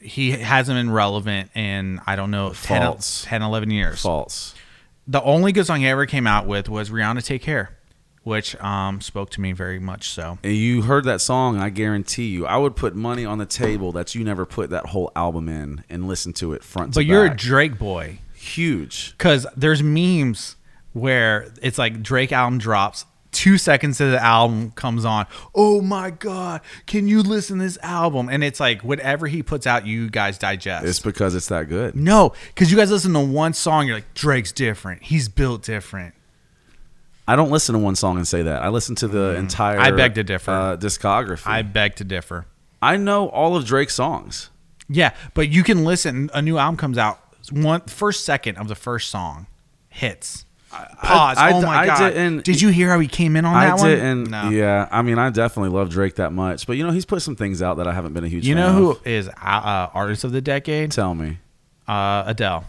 Speaker 2: he hasn't been relevant in I don't know 10,
Speaker 1: False.
Speaker 2: 10, 11 years.
Speaker 1: false
Speaker 2: The only good song he ever came out with was Rihanna Take Care, which um, spoke to me very much. So
Speaker 1: and you heard that song, I guarantee you, I would put money on the table that you never put that whole album in and listened to it front to
Speaker 2: But you're a
Speaker 1: back.
Speaker 2: Drake boy
Speaker 1: huge.
Speaker 2: because there's memes where it's like Drake album drops. Two seconds of the album comes on. Oh my god! Can you listen to this album? And it's like whatever he puts out, you guys digest.
Speaker 1: It's because it's that good.
Speaker 2: no, because you guys listen to one song, you're like Drake's different. He's built different.
Speaker 1: I don't listen to one song and say that. I listen to the entire.
Speaker 2: Mm. I beg to differ.
Speaker 1: Uh, discography.
Speaker 2: I
Speaker 1: I
Speaker 2: beg to differ.
Speaker 1: I know all of Drake's songs.
Speaker 2: Yeah, but you can listen. A new album comes out. One first second of the first song hits. Pause.
Speaker 1: I-
Speaker 2: oh my
Speaker 1: I
Speaker 2: god!
Speaker 1: didn't-
Speaker 2: Did you hear how he came in on
Speaker 1: I
Speaker 2: that one?
Speaker 1: didn't. Yeah, I mean, I definitely love Drake that much, but you know, he's put some things out that I haven't been a huge.
Speaker 2: You
Speaker 1: fan
Speaker 2: know
Speaker 1: of.
Speaker 2: who is uh, uh, artist of the decade?
Speaker 1: Tell me.
Speaker 2: Uh, Adele.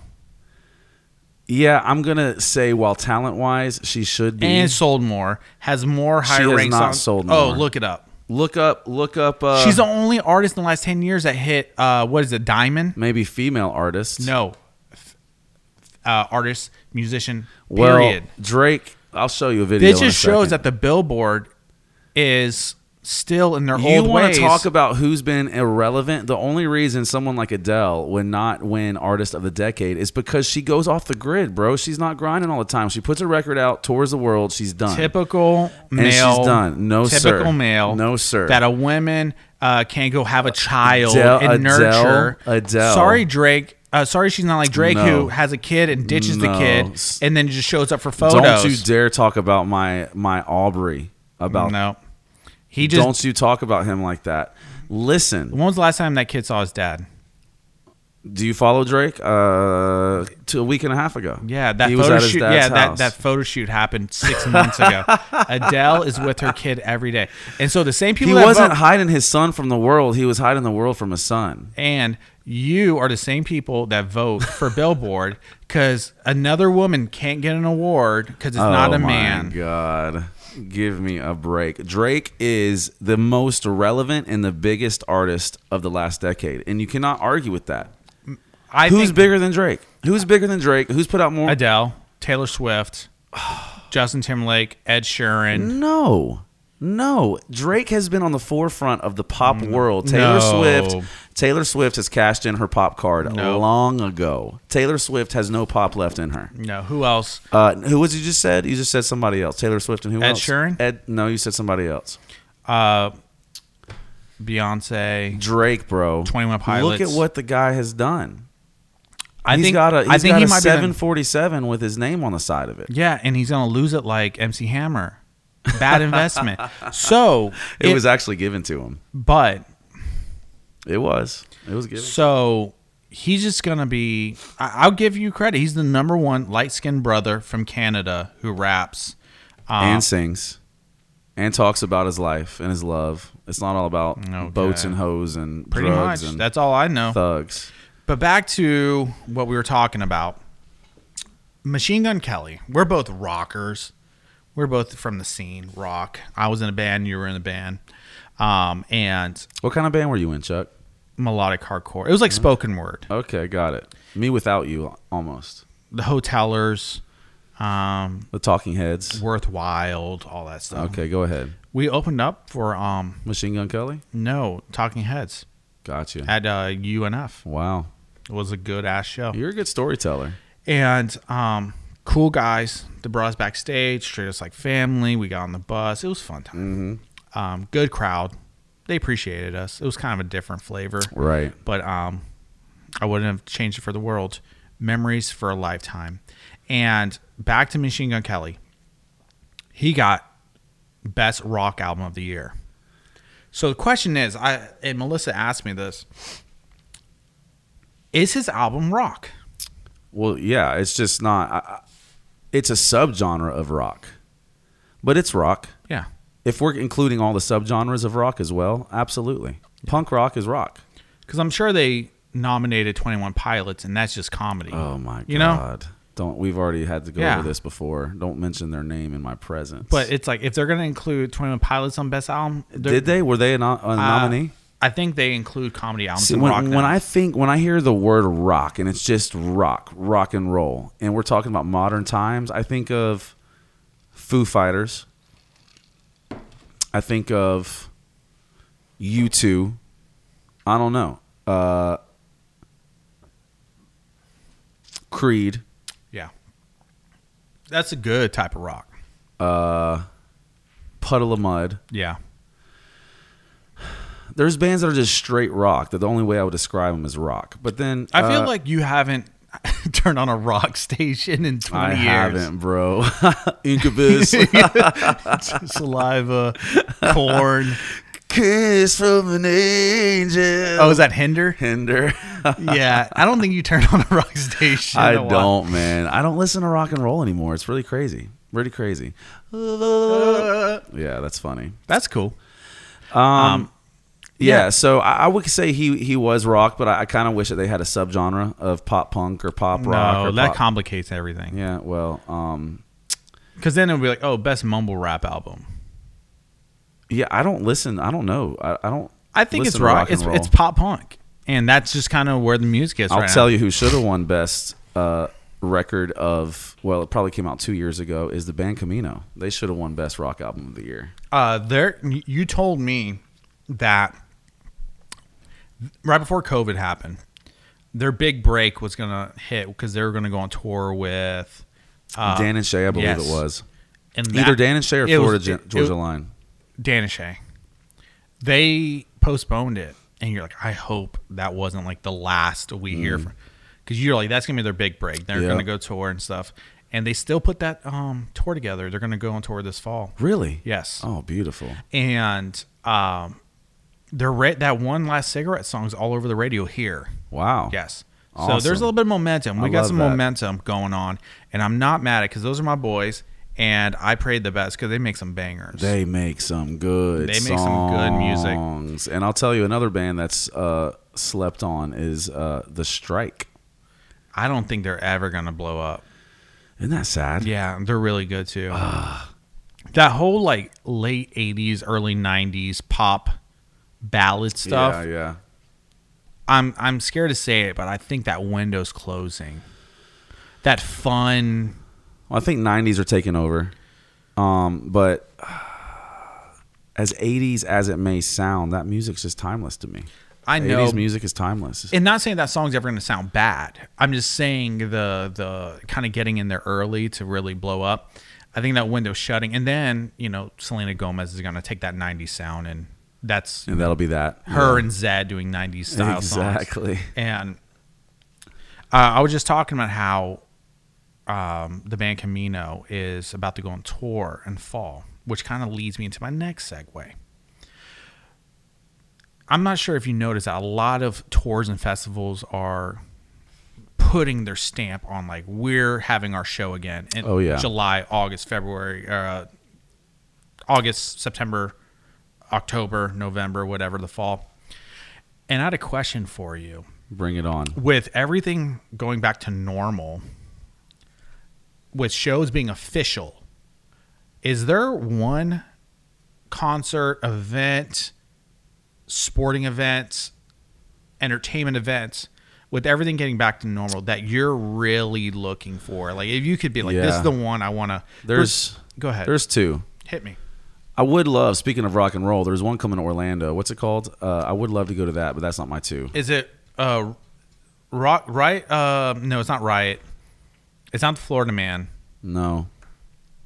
Speaker 1: Yeah, I'm gonna say while talent wise, she should be.
Speaker 2: and sold more, has more higher
Speaker 1: has
Speaker 2: ranks
Speaker 1: not
Speaker 2: on.
Speaker 1: sold
Speaker 2: oh,
Speaker 1: more.
Speaker 2: look it up.
Speaker 1: look up, look up. Uh,
Speaker 2: She's the only artist in the last ten years that hit uh, what is it, diamond?
Speaker 1: maybe female artist.
Speaker 2: No, F- uh, artist, musician.
Speaker 1: well,
Speaker 2: Period.
Speaker 1: Drake. I'll show you a video.
Speaker 2: This just shows that the Billboard is still in their
Speaker 1: you
Speaker 2: old
Speaker 1: want
Speaker 2: ways.
Speaker 1: to talk about who's been irrelevant. The only reason someone like Adele would not win Artist of the Decade is because she goes off the grid, bro. She's not grinding all the time. She puts a record out, tours the world. She's done.
Speaker 2: typical male.
Speaker 1: she's done. No, sir.
Speaker 2: typical male.
Speaker 1: No, sir.
Speaker 2: That a woman uh, can't go have a child
Speaker 1: Adele-
Speaker 2: and nurture.
Speaker 1: Adele- Adele.
Speaker 2: Sorry, Drake. Uh, sorry, she's not like Drake
Speaker 1: No.
Speaker 2: who has a kid and ditches
Speaker 1: No.
Speaker 2: the kid
Speaker 1: S-
Speaker 2: and then just shows up for photos.
Speaker 1: Don't you dare talk about my my Aubrey about.
Speaker 2: No, he just.
Speaker 1: Don't you talk about him like that. Listen,
Speaker 2: when was the last time that kid saw his dad?
Speaker 1: do you follow Drake? Uh, to a week and a half ago.
Speaker 2: Yeah, that
Speaker 1: he was
Speaker 2: photo
Speaker 1: at his
Speaker 2: shoot.
Speaker 1: dad's
Speaker 2: Yeah, that,
Speaker 1: house.
Speaker 2: that photo shoot happened six months ago. Adele is with her kid every day, and so the same people
Speaker 1: he
Speaker 2: that
Speaker 1: wasn't
Speaker 2: vote-
Speaker 1: hiding his son from the world. He was hiding the world from his son.
Speaker 2: and you are the same people that vote for Billboard because another woman can't get an award because it's not
Speaker 1: Oh
Speaker 2: a
Speaker 1: my
Speaker 2: man.
Speaker 1: God, give me a break. Drake is the most relevant and the biggest artist of the last decade, and you cannot argue with that.
Speaker 2: I
Speaker 1: Who's
Speaker 2: think
Speaker 1: bigger than Drake? Who's bigger than Drake? Who's put out more?
Speaker 2: Adele, Taylor Swift, Justin Timberlake, Ed
Speaker 1: Mm.
Speaker 2: Sheeran.
Speaker 1: No. No, Drake has been on the forefront of the pop world. Taylor
Speaker 2: Mm, No.
Speaker 1: Swift, Taylor Swift has cashed in her pop card
Speaker 2: No.
Speaker 1: long ago. Taylor Swift has no pop left in her.
Speaker 2: No, who else?
Speaker 1: Uh, who was you just said? You just said somebody else. Taylor Swift and who
Speaker 2: Ed
Speaker 1: else?
Speaker 2: Sheeran?
Speaker 1: Ed. No, you said somebody else.
Speaker 2: Uh, Beyonce.
Speaker 1: Drake, bro.
Speaker 2: 21
Speaker 1: Look
Speaker 2: Pilots.
Speaker 1: at what the guy has done.
Speaker 2: I
Speaker 1: He's
Speaker 2: think
Speaker 1: got a. He's
Speaker 2: I think
Speaker 1: got
Speaker 2: he
Speaker 1: a
Speaker 2: might be.
Speaker 1: 747 with his name on the side of it.
Speaker 2: the- yeah, and he's gonna lose it like MC Hammer. Bad investment. so
Speaker 1: It, was actually given to him.
Speaker 2: but
Speaker 1: It was. It was given.
Speaker 2: So he's just gonna be. I- I'll give you credit. He's the number one light skinned brother from Canada who raps. Um,
Speaker 1: and sings, and talks about his life and his love. It's not all about
Speaker 2: Okay.
Speaker 1: boats and hoes and
Speaker 2: pretty
Speaker 1: drugs
Speaker 2: much.
Speaker 1: and
Speaker 2: That's all I know.
Speaker 1: thugs.
Speaker 2: But back to what we were talking about. Machine Gun Kelly. We're both rockers. We're both from the scene. Rock. I was in a band. You were in a band. Um, and
Speaker 1: What kind of band were you in, Chuck?
Speaker 2: melodic hardcore. It was like spoken word.
Speaker 1: Okay, got it. Me without you, almost.
Speaker 2: The Hotelers, um,
Speaker 1: The Talking Heads.
Speaker 2: Worth Wild, all that stuff.
Speaker 1: Okay, go ahead.
Speaker 2: We opened up for um,
Speaker 1: Machine Gun Kelly.
Speaker 2: No, Talking Heads
Speaker 1: Gotcha.
Speaker 2: at uh, UNF
Speaker 1: Wow,
Speaker 2: It was a good ass show.
Speaker 1: you're a good storyteller.
Speaker 2: And um, cool guys. The bras backstage treated us like family. We got on the bus. It was a fun time. Um, good crowd. They appreciated us. It was kind of a different flavor,
Speaker 1: Right.
Speaker 2: but um, I wouldn't have changed it for the world. Memories for a lifetime. And back to Machine Gun Kelly. He got best rock album of the year. So the question is, I and Melissa asked me this: Is his album rock?
Speaker 1: Well, yeah, it's just not. I, I- it's a subgenre of rock, but it's rock.
Speaker 2: Yeah.
Speaker 1: If we're including all the subgenres of rock as well, absolutely. Punk rock is rock.
Speaker 2: Because I'm sure they nominated 21 Pilots, and that's just comedy.
Speaker 1: Oh my
Speaker 2: You know?
Speaker 1: god! Don't we've already had to go
Speaker 2: Yeah.
Speaker 1: over this before? Don't mention their name in my presence.
Speaker 2: But it's like if they're going to include 21 Pilots on Best Album, they're-
Speaker 1: did they? Were they a, no- a
Speaker 2: uh,
Speaker 1: nominee?
Speaker 2: I think they include comedy albums.
Speaker 1: See,
Speaker 2: and rock
Speaker 1: when, when
Speaker 2: now.
Speaker 1: I think when I hear the word rock and it's just rock, rock and roll, and we're talking about modern times, I think of Foo Fighters. I think of U two. I don't know. Uh, Creed.
Speaker 2: yeah, that's a good type of rock.
Speaker 1: Puddle of Mud.
Speaker 2: Yeah,
Speaker 1: there's bands that are just straight rock. That the only way I would describe them is rock. But then
Speaker 2: I feel
Speaker 1: uh,
Speaker 2: like you haven't turned on a rock station in 20
Speaker 1: I
Speaker 2: years.
Speaker 1: haven't, bro. Incubus,
Speaker 2: Saliva, corn.
Speaker 1: kiss from an angel.
Speaker 2: Oh, is that Hinder?
Speaker 1: Hinder.
Speaker 2: Yeah, I don't think you turned on a rock station.
Speaker 1: I
Speaker 2: in a while.
Speaker 1: don't, man. I don't listen to rock and roll anymore. It's really crazy. Really crazy. Yeah, that's funny.
Speaker 2: That's cool.
Speaker 1: Um, Yeah, so I, I would say he he was rock, but I, I kind of wish that they had a subgenre of pop punk or pop rock.
Speaker 2: no,
Speaker 1: or
Speaker 2: that
Speaker 1: pop-
Speaker 2: complicates everything.
Speaker 1: yeah, well, um,
Speaker 2: Because then it would be like, oh, best mumble rap album.
Speaker 1: yeah, I don't listen. I don't know. I, I don't.
Speaker 2: I think
Speaker 1: listen
Speaker 2: it's
Speaker 1: to
Speaker 2: rock.
Speaker 1: and
Speaker 2: it's
Speaker 1: roll.
Speaker 2: it's pop punk, and that's just kind of where the music is.
Speaker 1: I'll
Speaker 2: right
Speaker 1: tell
Speaker 2: now.
Speaker 1: you who should have won best uh, record of. Well, it probably came out two years ago. Is the band Camino? They should have won best rock album of the year.
Speaker 2: Uh, there, you told me that right before COVID happened, their big break was gonna hit because they were gonna go on tour with
Speaker 1: Dan and Shay, I believe
Speaker 2: Ah, yes.
Speaker 1: it was.
Speaker 2: and
Speaker 1: Either
Speaker 2: that-
Speaker 1: Dan and Shay or
Speaker 2: it was-
Speaker 1: Florida Gen-
Speaker 2: it- it-
Speaker 1: Georgia Line.
Speaker 2: Dan and Shay. They postponed it, and you're like, I hope that wasn't like the last we hear from, because you're like, that's gonna be their big break. They're
Speaker 1: Mm. Yeah.
Speaker 2: gonna go tour and stuff, and they still put that um tour together. They're gonna go on tour this fall.
Speaker 1: Really?
Speaker 2: Yes.
Speaker 1: Oh, beautiful.
Speaker 2: and um, they're ra- that one last cigarette song's all over the radio here.
Speaker 1: Wow.
Speaker 2: Yes. So
Speaker 1: Awesome.
Speaker 2: there's a little bit of momentum. We
Speaker 1: I
Speaker 2: got
Speaker 1: love
Speaker 2: some
Speaker 1: that.
Speaker 2: momentum going on, and I'm not mad at because those are my boys, and I prayed the best because they make some bangers.
Speaker 1: They make some good.
Speaker 2: They make some good music.
Speaker 1: songs. And I'll tell you another band that's uh, slept on is uh, The Strike.
Speaker 2: I don't think they're ever gonna blow up.
Speaker 1: Isn't that sad?
Speaker 2: Yeah, they're really good too. that whole like late '80s, early '90s pop ballad stuff.
Speaker 1: Yeah, yeah.
Speaker 2: I'm I'm scared to say it, but I think that window's closing. That fun
Speaker 1: Well, I think '90s are taking over, um, but as '80s as it may sound, that music's just timeless to me.
Speaker 2: I know
Speaker 1: '80s music is timeless.
Speaker 2: and not saying that song's ever gonna sound bad. I'm just saying the the kind of getting in there early to really blow up. I think that window's shutting and then, you know, Selena Gomez is gonna take that nineties sound and that's
Speaker 1: and that'll be that.
Speaker 2: her and Zed doing '90s style songs.
Speaker 1: Exactly.
Speaker 2: And uh, I was just talking about how um, the band Camino is about to go on tour in fall, which kind of leads me into my next segue. I'm not sure if you noticed that a lot of tours and festivals are putting their stamp on like we're having our show again in
Speaker 1: Oh, yeah.
Speaker 2: July, August, February, uh, August, September, October, November, whatever the fall. And I had a question for you.
Speaker 1: Bring it on.
Speaker 2: With everything going back to normal, with shows being official, is there one concert, event, sporting event, entertainment event, with everything getting back to normal that you're really looking for? Like, if you could be like, this
Speaker 1: Yeah.
Speaker 2: is the one I want to.
Speaker 1: There's
Speaker 2: Go ahead.
Speaker 1: There's two.
Speaker 2: Hit me.
Speaker 1: I would love. Speaking of rock and roll, there's one coming to Orlando. What's it called? Uh, I would love to go to that, but that's not my two.
Speaker 2: Is it uh, rock? Riot? Uh, no, it's not riot. It's not the Florida Man.
Speaker 1: No,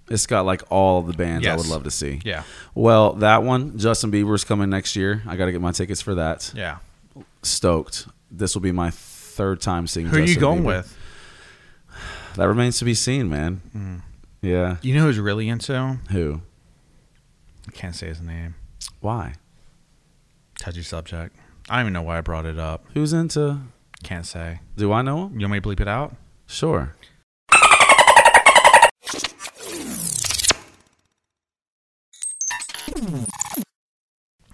Speaker 1: it's got like all the bands I
Speaker 2: Yes.
Speaker 1: would love to see.
Speaker 2: Yeah,
Speaker 1: Well, that one, Justin Bieber's coming next year. I got to get my tickets for that.
Speaker 2: yeah.
Speaker 1: Stoked. This will be my third time seeing.
Speaker 2: Who are you
Speaker 1: Justin
Speaker 2: going
Speaker 1: Bieber.
Speaker 2: with?
Speaker 1: That remains to be seen, man.
Speaker 2: Mm.
Speaker 1: Yeah.
Speaker 2: You know who's really into? I
Speaker 1: Who?
Speaker 2: can't say his name.
Speaker 1: Why?
Speaker 2: Touchy subject. I don't even know why I brought it up.
Speaker 1: Who's into?
Speaker 2: Can't say.
Speaker 1: Do I know him?
Speaker 2: You want me to bleep it out?
Speaker 1: Sure.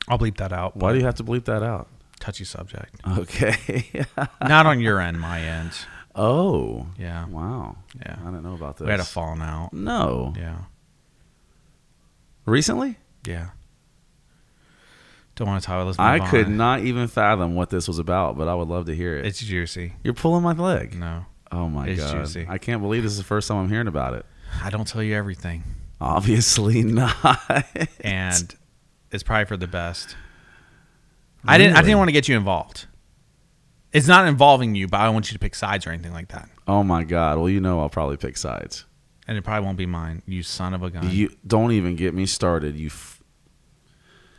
Speaker 2: I'll bleep that out.
Speaker 1: Why do you have to bleep that out?
Speaker 2: Touchy subject.
Speaker 1: Okay.
Speaker 2: Not on your end, my end.
Speaker 1: oh.
Speaker 2: Yeah.
Speaker 1: Wow.
Speaker 2: Yeah.
Speaker 1: I didn't know about this.
Speaker 2: We had a falling out.
Speaker 1: No.
Speaker 2: Yeah.
Speaker 1: Recently?
Speaker 2: Yeah. Don't want to talk. Let's move
Speaker 1: I could
Speaker 2: on.
Speaker 1: not even fathom what this was about, but I would love to hear it.
Speaker 2: It's juicy.
Speaker 1: You're pulling my leg.
Speaker 2: No.
Speaker 1: Oh my
Speaker 2: It's
Speaker 1: god.
Speaker 2: juicy.
Speaker 1: I can't believe this is the first time I'm hearing about it.
Speaker 2: I don't tell you everything.
Speaker 1: Obviously not.
Speaker 2: and it's probably for the best. I didn't. I
Speaker 1: Really?
Speaker 2: didn't want to get you involved. It's not involving you, but I don't want you to pick sides or anything like that.
Speaker 1: oh my god. Well, you know I'll probably pick sides.
Speaker 2: And it probably won't be mine. You son of a gun.
Speaker 1: You don't even get me started. You f-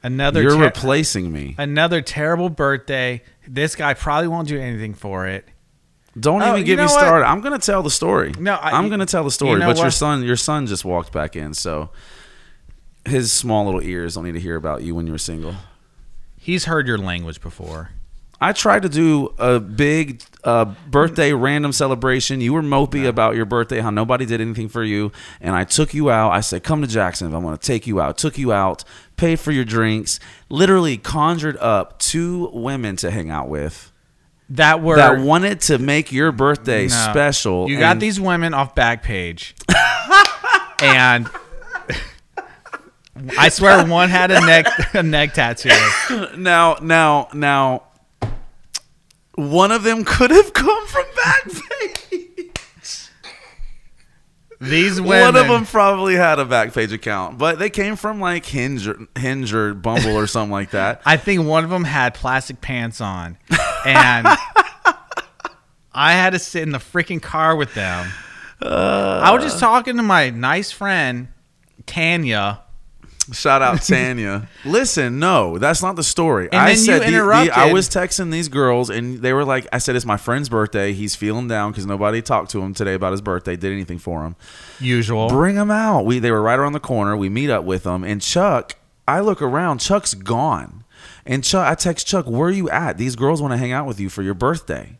Speaker 2: another.
Speaker 1: You're
Speaker 2: ter-
Speaker 1: replacing me.
Speaker 2: another terrible birthday. This guy probably won't do anything for it.
Speaker 1: Don't
Speaker 2: Oh,
Speaker 1: even
Speaker 2: you
Speaker 1: get me
Speaker 2: know what?
Speaker 1: started. I'm gonna tell the story.
Speaker 2: No, I-
Speaker 1: I, am gonna tell the story.
Speaker 2: know
Speaker 1: but your
Speaker 2: what?
Speaker 1: son, your son just walked back in, so his small little ears don't need to hear about you when you were single.
Speaker 2: He's heard your language before.
Speaker 1: I tried to do a big uh, birthday random celebration. You were mopey about your birthday, how nobody did anything for you, and I took you out. I said, "Come to Jacksonville. I'm going to take you out." Took you out, paid for your drinks, literally conjured up two women to hang out with
Speaker 2: That were
Speaker 1: that wanted to make your birthday
Speaker 2: Er. No.
Speaker 1: special.
Speaker 2: You got
Speaker 1: and-
Speaker 2: these women off Backpage, and I swear one had a neck a neck tattoo.
Speaker 1: now, now, now. One of them could have come from Backpage.
Speaker 2: These women,
Speaker 1: One of them probably had a Backpage account, but they came from like Hinge, or- Hinge or Bumble or something like that.
Speaker 2: I think one of them had plastic pants on, and I had to sit in the freaking car with them. I was just talking to my nice friend Tanya.
Speaker 1: Shout out Tanya. Listen, no, that's not the story.
Speaker 2: And
Speaker 1: I
Speaker 2: then you
Speaker 1: said the- the- I
Speaker 2: interrupted.
Speaker 1: was texting these girls, and they were like, "I said it's my friend's birthday. He's feeling down because nobody talked to him today about his birthday. Did anything for him?
Speaker 2: Usual.
Speaker 1: Bring him out." We they were right around the corner. We meet up with them, and Chuck. I look around. Chuck's gone, and Chuck. I text Chuck, "Where are you at? These girls want to hang out with you for your birthday,"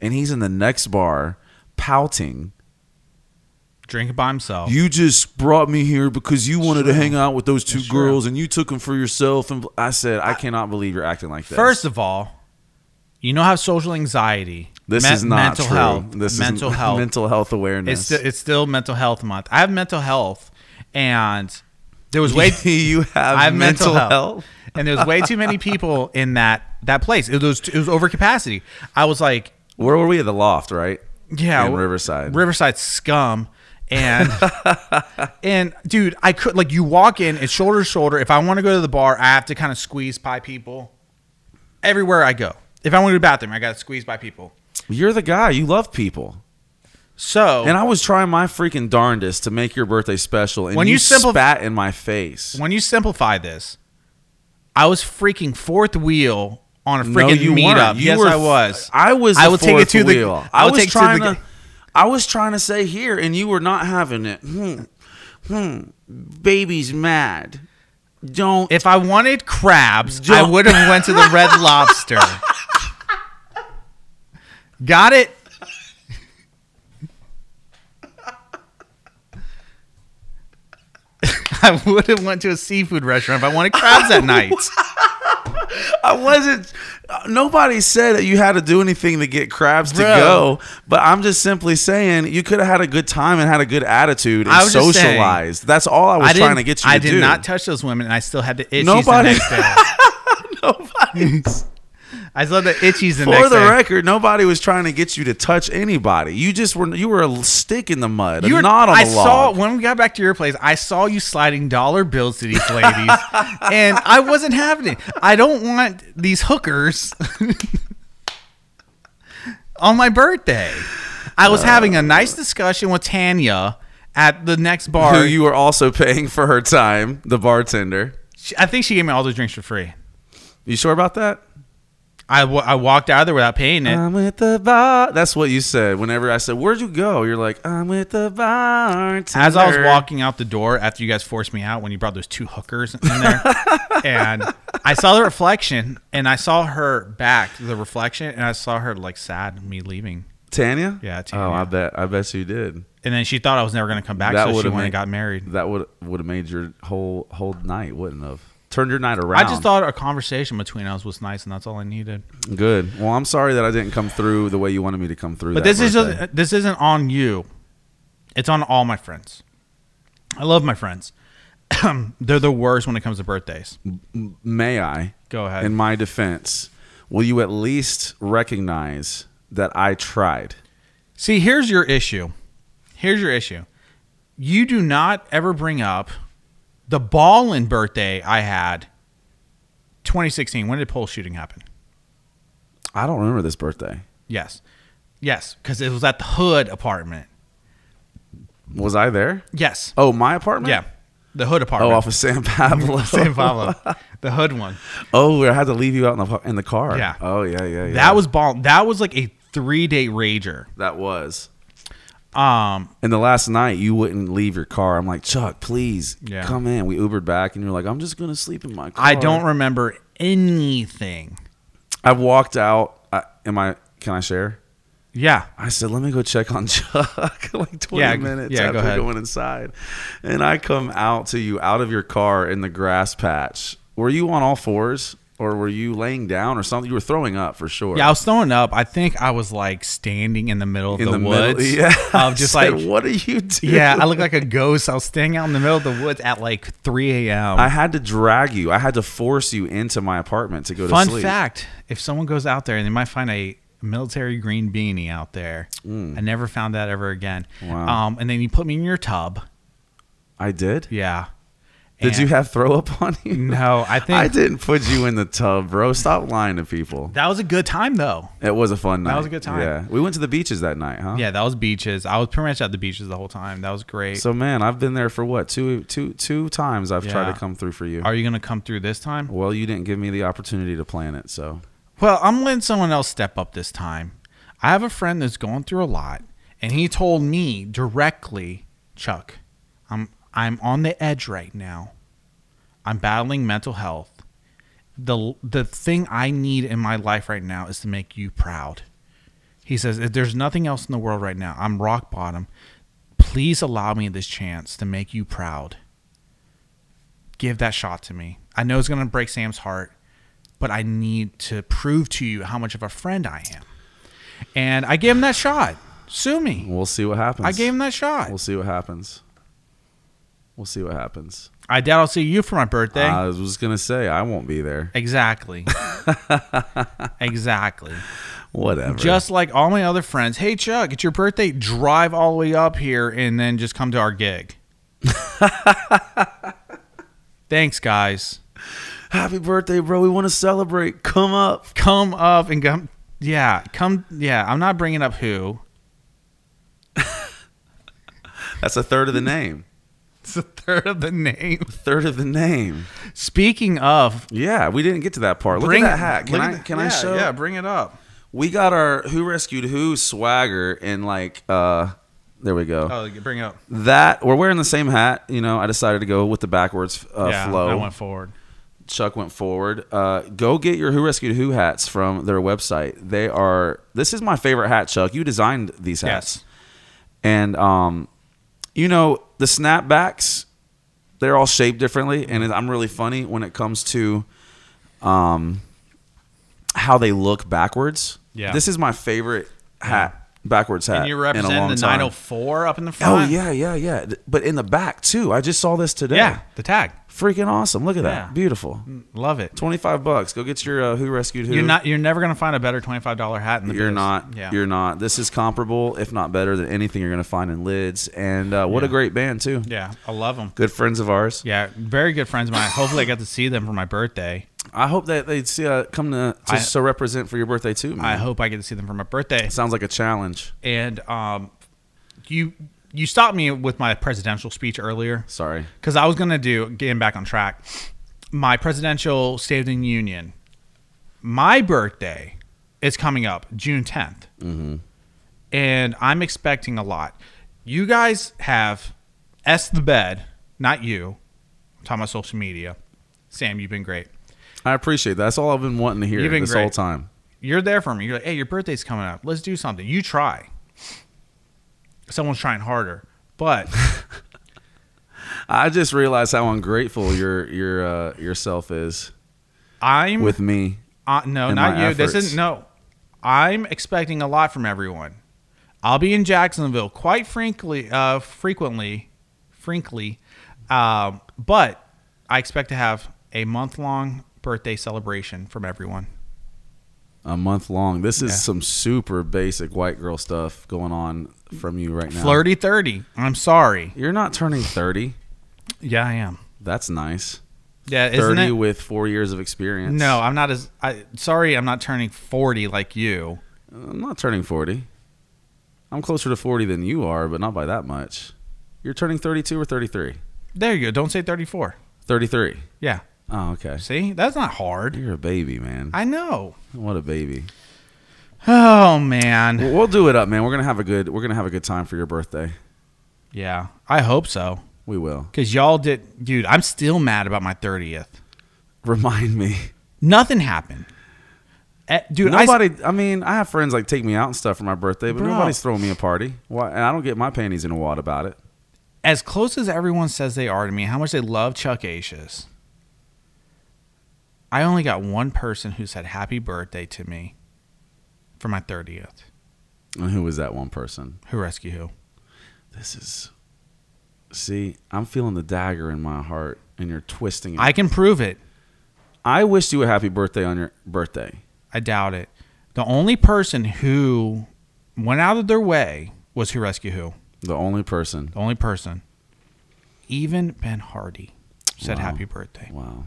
Speaker 1: and he's in the next bar, pouting.
Speaker 2: Drink by himself.
Speaker 1: You just brought me here because you wanted to hang out with those two girls and you took them for yourself. And I said, I cannot believe you're acting like this.
Speaker 2: First of all, you know how social anxiety.
Speaker 1: this
Speaker 2: men-
Speaker 1: is not
Speaker 2: mental
Speaker 1: true.
Speaker 2: Health,
Speaker 1: this
Speaker 2: mental
Speaker 1: is
Speaker 2: health.
Speaker 1: mental health
Speaker 2: It's
Speaker 1: awareness.
Speaker 2: still, it's still mental health month. I have mental health, and there was way
Speaker 1: you have,
Speaker 2: I have
Speaker 1: mental, health.
Speaker 2: and there was way too many people in that that place. It was it was over capacity. I was like,
Speaker 1: Where were we at the loft, right?
Speaker 2: yeah,
Speaker 1: in Riverside.
Speaker 2: Riverside scum. And and dude, I could like you walk in, it's shoulder to shoulder. If I want to go to the bar, I have to kind of squeeze by people. Everywhere I go, if I want to go to the bathroom, I got to squeeze by people.
Speaker 1: you're the guy. You love people.
Speaker 2: So
Speaker 1: And I was trying my freaking darndest to make your birthday special, and
Speaker 2: When
Speaker 1: you,
Speaker 2: you simplif-
Speaker 1: spat in my face.
Speaker 2: when you simplify this, I was freaking fourth wheel on a freaking
Speaker 1: no, you
Speaker 2: meetup.
Speaker 1: weren't. You
Speaker 2: yes,
Speaker 1: were,
Speaker 2: I was.
Speaker 1: I was.
Speaker 2: I
Speaker 1: the
Speaker 2: will take
Speaker 1: fourth
Speaker 2: it to the-
Speaker 1: wheel.
Speaker 2: I
Speaker 1: I
Speaker 2: will
Speaker 1: was
Speaker 2: take it to
Speaker 1: trying
Speaker 2: the-
Speaker 1: to. I was trying to say here, and you were not having it. Hmm. Hmm. Baby's mad. Don't.
Speaker 2: If I wanted crabs, I
Speaker 1: Don't-
Speaker 2: would have went to the Red Lobster. Got it? I would have went to a seafood restaurant if I wanted crabs at night.
Speaker 1: I wasn't. uh, Nobody said that you had to do anything to get crabs to
Speaker 2: Bro.
Speaker 1: go. But I'm just simply saying you could have had a good time and had a good attitude and
Speaker 2: I was just saying-
Speaker 1: socialized. That's all I was
Speaker 2: I
Speaker 1: trying
Speaker 2: didn't-
Speaker 1: to get you.
Speaker 2: I
Speaker 1: to
Speaker 2: did
Speaker 1: do.
Speaker 2: not touch those women, and I still had the itchies
Speaker 1: Nobody-
Speaker 2: the next day. I still had the itchies the
Speaker 1: For
Speaker 2: next
Speaker 1: the
Speaker 2: day.
Speaker 1: record, nobody was trying to get you to touch anybody. You just were you were a stick in the mud,
Speaker 2: You
Speaker 1: you
Speaker 2: were-
Speaker 1: not on
Speaker 2: I
Speaker 1: the
Speaker 2: saw
Speaker 1: log.
Speaker 2: when we got back to your place. I saw you sliding dollar bills to these ladies, and I wasn't having it. I don't want these hookers on my birthday. I was having a nice discussion with Tanya at the next
Speaker 1: Uh. who
Speaker 2: bar.
Speaker 1: you were also paying for her time, the bartender.
Speaker 2: She- I think she gave me all those drinks for free.
Speaker 1: You sure about that?
Speaker 2: I wa- I walked out of there without paying it.
Speaker 1: I'm at the bar. That's what you said. Whenever I said, "Where'd you go?" You're like, "I'm at the bartender."
Speaker 2: As I was walking out the door after you guys forced me out when you brought those two hookers in there, and I saw the reflection and I saw her back, the reflection, and I saw her like sad me leaving.
Speaker 1: Tanya.
Speaker 2: Yeah,
Speaker 1: Oh,
Speaker 2: Tanya.
Speaker 1: I bet. I bet you did.
Speaker 2: And then she thought I was never going to come back,
Speaker 1: That
Speaker 2: so she
Speaker 1: would've
Speaker 2: went and
Speaker 1: made-
Speaker 2: got married.
Speaker 1: That would would have made your whole whole night, wouldn't have turned your night
Speaker 2: I
Speaker 1: around.
Speaker 2: just thought a conversation between us was nice, and that's all I needed.
Speaker 1: good. Well, I'm sorry that I didn't come through the way you wanted me to come through.
Speaker 2: But
Speaker 1: that
Speaker 2: this
Speaker 1: birthday.
Speaker 2: is this isn't on you. It's on all my friends. I love my friends. They're the worst when it comes to birthdays.
Speaker 1: may I?
Speaker 2: Go ahead.
Speaker 1: In my defense, will you at least recognize that I tried?
Speaker 2: See, here's your issue. Here's your issue. You do not ever bring up the ballin' birthday I had 2016. When did pole shooting happen?
Speaker 1: I don't remember this birthday.
Speaker 2: Yes. Yes, because it was at the Hood apartment.
Speaker 1: Was I there?
Speaker 2: Yes.
Speaker 1: Oh, my apartment.
Speaker 2: Yeah. The Hood
Speaker 1: Oh,
Speaker 2: apartment.
Speaker 1: off of San Pablo.
Speaker 2: San Pablo. the Hood one.
Speaker 1: Oh, I had to leave you out in the in the car.
Speaker 2: Yeah.
Speaker 1: Oh yeah yeah yeah.
Speaker 2: That was ball. That was like a three day rager.
Speaker 1: that was.
Speaker 2: Um,
Speaker 1: And the last night you wouldn't leave your car. I'm like Chuck, please
Speaker 2: Yeah.
Speaker 1: come in. Oh. We Ubered back, and you're like, I'm just gonna sleep in my car.
Speaker 2: I don't remember anything.
Speaker 1: I walked out. I, am I? Can I share?
Speaker 2: Yeah.
Speaker 1: I said, let me go check on Chuck like 20
Speaker 2: Yeah,
Speaker 1: minutes
Speaker 2: yeah,
Speaker 1: after
Speaker 2: go ahead.
Speaker 1: going inside. And I come out to you out of your car in the grass patch. Were you on all fours or were you laying down or something? You were throwing up for sure.
Speaker 2: Yeah, I was throwing up. I think I was like standing in the middle of
Speaker 1: in
Speaker 2: the,
Speaker 1: the,
Speaker 2: woods.
Speaker 1: middle. Yeah. I
Speaker 2: Of just
Speaker 1: said,
Speaker 2: like
Speaker 1: what are you doing?
Speaker 2: Yeah, I look like a ghost. I was standing out in the middle of the woods at like 3 a.m.
Speaker 1: I had to drag you. I had to force you into my apartment to go
Speaker 2: Fun
Speaker 1: to sleep.
Speaker 2: fact: If someone goes out there and they might find a military green beanie out there, I never found that ever again.
Speaker 1: Mm. Wow.
Speaker 2: Um, and then you put me in your tub.
Speaker 1: I did.
Speaker 2: Yeah.
Speaker 1: Did you
Speaker 2: And-
Speaker 1: have throw up on you?
Speaker 2: No, I think
Speaker 1: I didn't put you in the tub, bro. Stop lying to people.
Speaker 2: that was a good time though.
Speaker 1: It was a fun night.
Speaker 2: was a good time.
Speaker 1: Yeah. We went to the beaches that night, huh?
Speaker 2: Yeah, that was beaches. I was pretty much at the beaches the whole time. That was great.
Speaker 1: So man, I've been there for what two two two times. I've tried
Speaker 2: Yeah.
Speaker 1: to come through for you.
Speaker 2: Are you gonna come through this time?
Speaker 1: well, you didn't give me the opportunity to plan it, so
Speaker 2: Well, I'm letting someone else step up this time. I have a friend that's going through a lot, and he told me directly, Chuck, I'm I'm on the edge right now. I'm battling mental health. The the thing I need in my life right now is to make you proud. He says, if there's nothing else in the world right now, I'm rock bottom. Please allow me this chance to make you proud. Give that shot to me. I know it's going to break Sam's heart, but I need to prove to you how much of a friend I am. And I gave him that shot. Sue me.
Speaker 1: we'll see what happens.
Speaker 2: I gave him that shot.
Speaker 1: We'll see what happens. We'll see what happens.
Speaker 2: I doubt I'll see you for my birthday.
Speaker 1: I was gonna say I won't be there.
Speaker 2: exactly. exactly.
Speaker 1: Whatever.
Speaker 2: Just like all my other friends. Hey, Chuck, it's your birthday. Drive all the way up here and then just come to our gig. Thanks, guys.
Speaker 1: happy birthday, bro. We want to celebrate. Come up.
Speaker 2: Come up and come. Yeah, come. Yeah, I'm not bringing up who.
Speaker 1: That's a third of the name.
Speaker 2: It's a third of the name.
Speaker 1: third of the name.
Speaker 2: Speaking of,
Speaker 1: Yeah, we didn't get to that part. Look
Speaker 2: bring
Speaker 1: at that hat. Can
Speaker 2: look
Speaker 1: I?
Speaker 2: at the-
Speaker 1: can I
Speaker 2: yeah,
Speaker 1: show?
Speaker 2: Yeah, bring it up.
Speaker 1: We got our who rescued who swagger and like uh. There we go.
Speaker 2: Oh, bring it up.
Speaker 1: that we're wearing the same hat. You know, I decided to go with the backwards uh,
Speaker 2: yeah,
Speaker 1: flow.
Speaker 2: I went forward.
Speaker 1: Chuck went forward. Uh, go get your Who Rescued Who hats from their website. They are. This is my favorite hat, Chuck. You designed these hats,
Speaker 2: Yes.
Speaker 1: and um, you know the snapbacks. They're all shaped differently, and it- I'm really funny when it comes to um, how they look backwards.
Speaker 2: Yeah.
Speaker 1: this is my favorite hat, backwards hat.
Speaker 2: And you
Speaker 1: in a long
Speaker 2: represent the
Speaker 1: time.
Speaker 2: 904 up in the
Speaker 1: Oh
Speaker 2: front.
Speaker 1: yeah, yeah, yeah. Th- But in the back too. I just saw this today.
Speaker 2: Yeah, the tag.
Speaker 1: Freaking awesome. Look at
Speaker 2: Yeah. Mm.
Speaker 1: that. Beautiful.
Speaker 2: Love it.
Speaker 1: 25 bucks. Go get your uh, who rescued who.
Speaker 2: You're not you're never going to find a better $25 hat in the
Speaker 1: You're
Speaker 2: biz.
Speaker 1: not.
Speaker 2: Yeah.
Speaker 1: You're not. This is comparable, if not better, than anything you're going to find in lids. And uh, what a great band too.
Speaker 2: yeah, I love them.
Speaker 1: Good friends of ours.
Speaker 2: Yeah, very good friends of mine. Hopefully I got to see them for my birthday.
Speaker 1: I hope that they see uh, come to, to
Speaker 2: I-
Speaker 1: so represent for your birthday too. Man.
Speaker 2: I hope I get to see them for my birthday.
Speaker 1: Sounds like a challenge.
Speaker 2: And um you you stopped me with my presidential speech earlier.
Speaker 1: Sorry.
Speaker 2: because I was gonna do getting back on track. My presidential State of the Union. My birthday is coming up June 10th, and I'm expecting a lot. You guys have s the bed, not you. I'm talking about social media. Sam, you've been great.
Speaker 1: I appreciate that. That's all I've been wanting to hear
Speaker 2: You've been
Speaker 1: this
Speaker 2: great.
Speaker 1: whole time.
Speaker 2: You're there for me. You're like, hey, your birthday's coming up. Let's do something. You try. Someone's trying harder, but
Speaker 1: I just realized how ungrateful your your uh, yourself is
Speaker 2: I'm
Speaker 1: with me.
Speaker 2: Uh, no,
Speaker 1: and
Speaker 2: not you.
Speaker 1: my
Speaker 2: This
Speaker 1: efforts.
Speaker 2: is no. I'm expecting a lot from everyone. I'll be in Jacksonville quite frankly, uh, frequently, frankly, um, but I expect to have a month long birthday celebration from everyone.
Speaker 1: a month long. This is
Speaker 2: Yeah.
Speaker 1: some super basic white girl stuff going on from you right now.
Speaker 2: Flirty thirty. I'm sorry.
Speaker 1: You're not turning 30.
Speaker 2: Yeah, I am.
Speaker 1: That's nice.
Speaker 2: Yeah, isn't
Speaker 1: 30
Speaker 2: it?
Speaker 1: with 4 years of experience.
Speaker 2: No, I'm not as. I sorry, I'm not turning forty like you.
Speaker 1: I'm not turning 40. I'm closer to 40 than you are, but not by that much. You're turning 32 or 33?
Speaker 2: There you go. Don't say thirty four.
Speaker 1: 33.
Speaker 2: Yeah.
Speaker 1: Oh, okay.
Speaker 2: See, that's not hard.
Speaker 1: You're a baby, man.
Speaker 2: I know.
Speaker 1: What a baby.
Speaker 2: Oh man.
Speaker 1: Well, we'll do it up, man. We're going to have a good we're going to have a good time for your birthday.
Speaker 2: Yeah, I hope so.
Speaker 1: We will.
Speaker 2: Cause y'all did, dude. I'm still mad about my thirtieth.
Speaker 1: Remind me.
Speaker 2: Nothing happened. Eh, dude, I s-
Speaker 1: Nobody. I, mean, I have friends like take me out and stuff for my birthday, but
Speaker 2: Bro.
Speaker 1: nobody's throwing me a party. Why? And I don't get my panties in a wad about it.
Speaker 2: as close as everyone says they are to me, how much they love Chuck Aishes. I only got one person who said happy birthday to me for my 30th.
Speaker 1: And who was that one person?
Speaker 2: Who rescue who?
Speaker 1: This is. See, I'm feeling the dagger in my heart, and you're twisting it.
Speaker 2: I can prove it.
Speaker 1: I wished you a happy birthday on your birthday.
Speaker 2: I doubt it. The only person who went out of their way was who rescue who.
Speaker 1: The only person.
Speaker 2: The only person. Even Ben Hardy said happy birthday.
Speaker 1: Wow.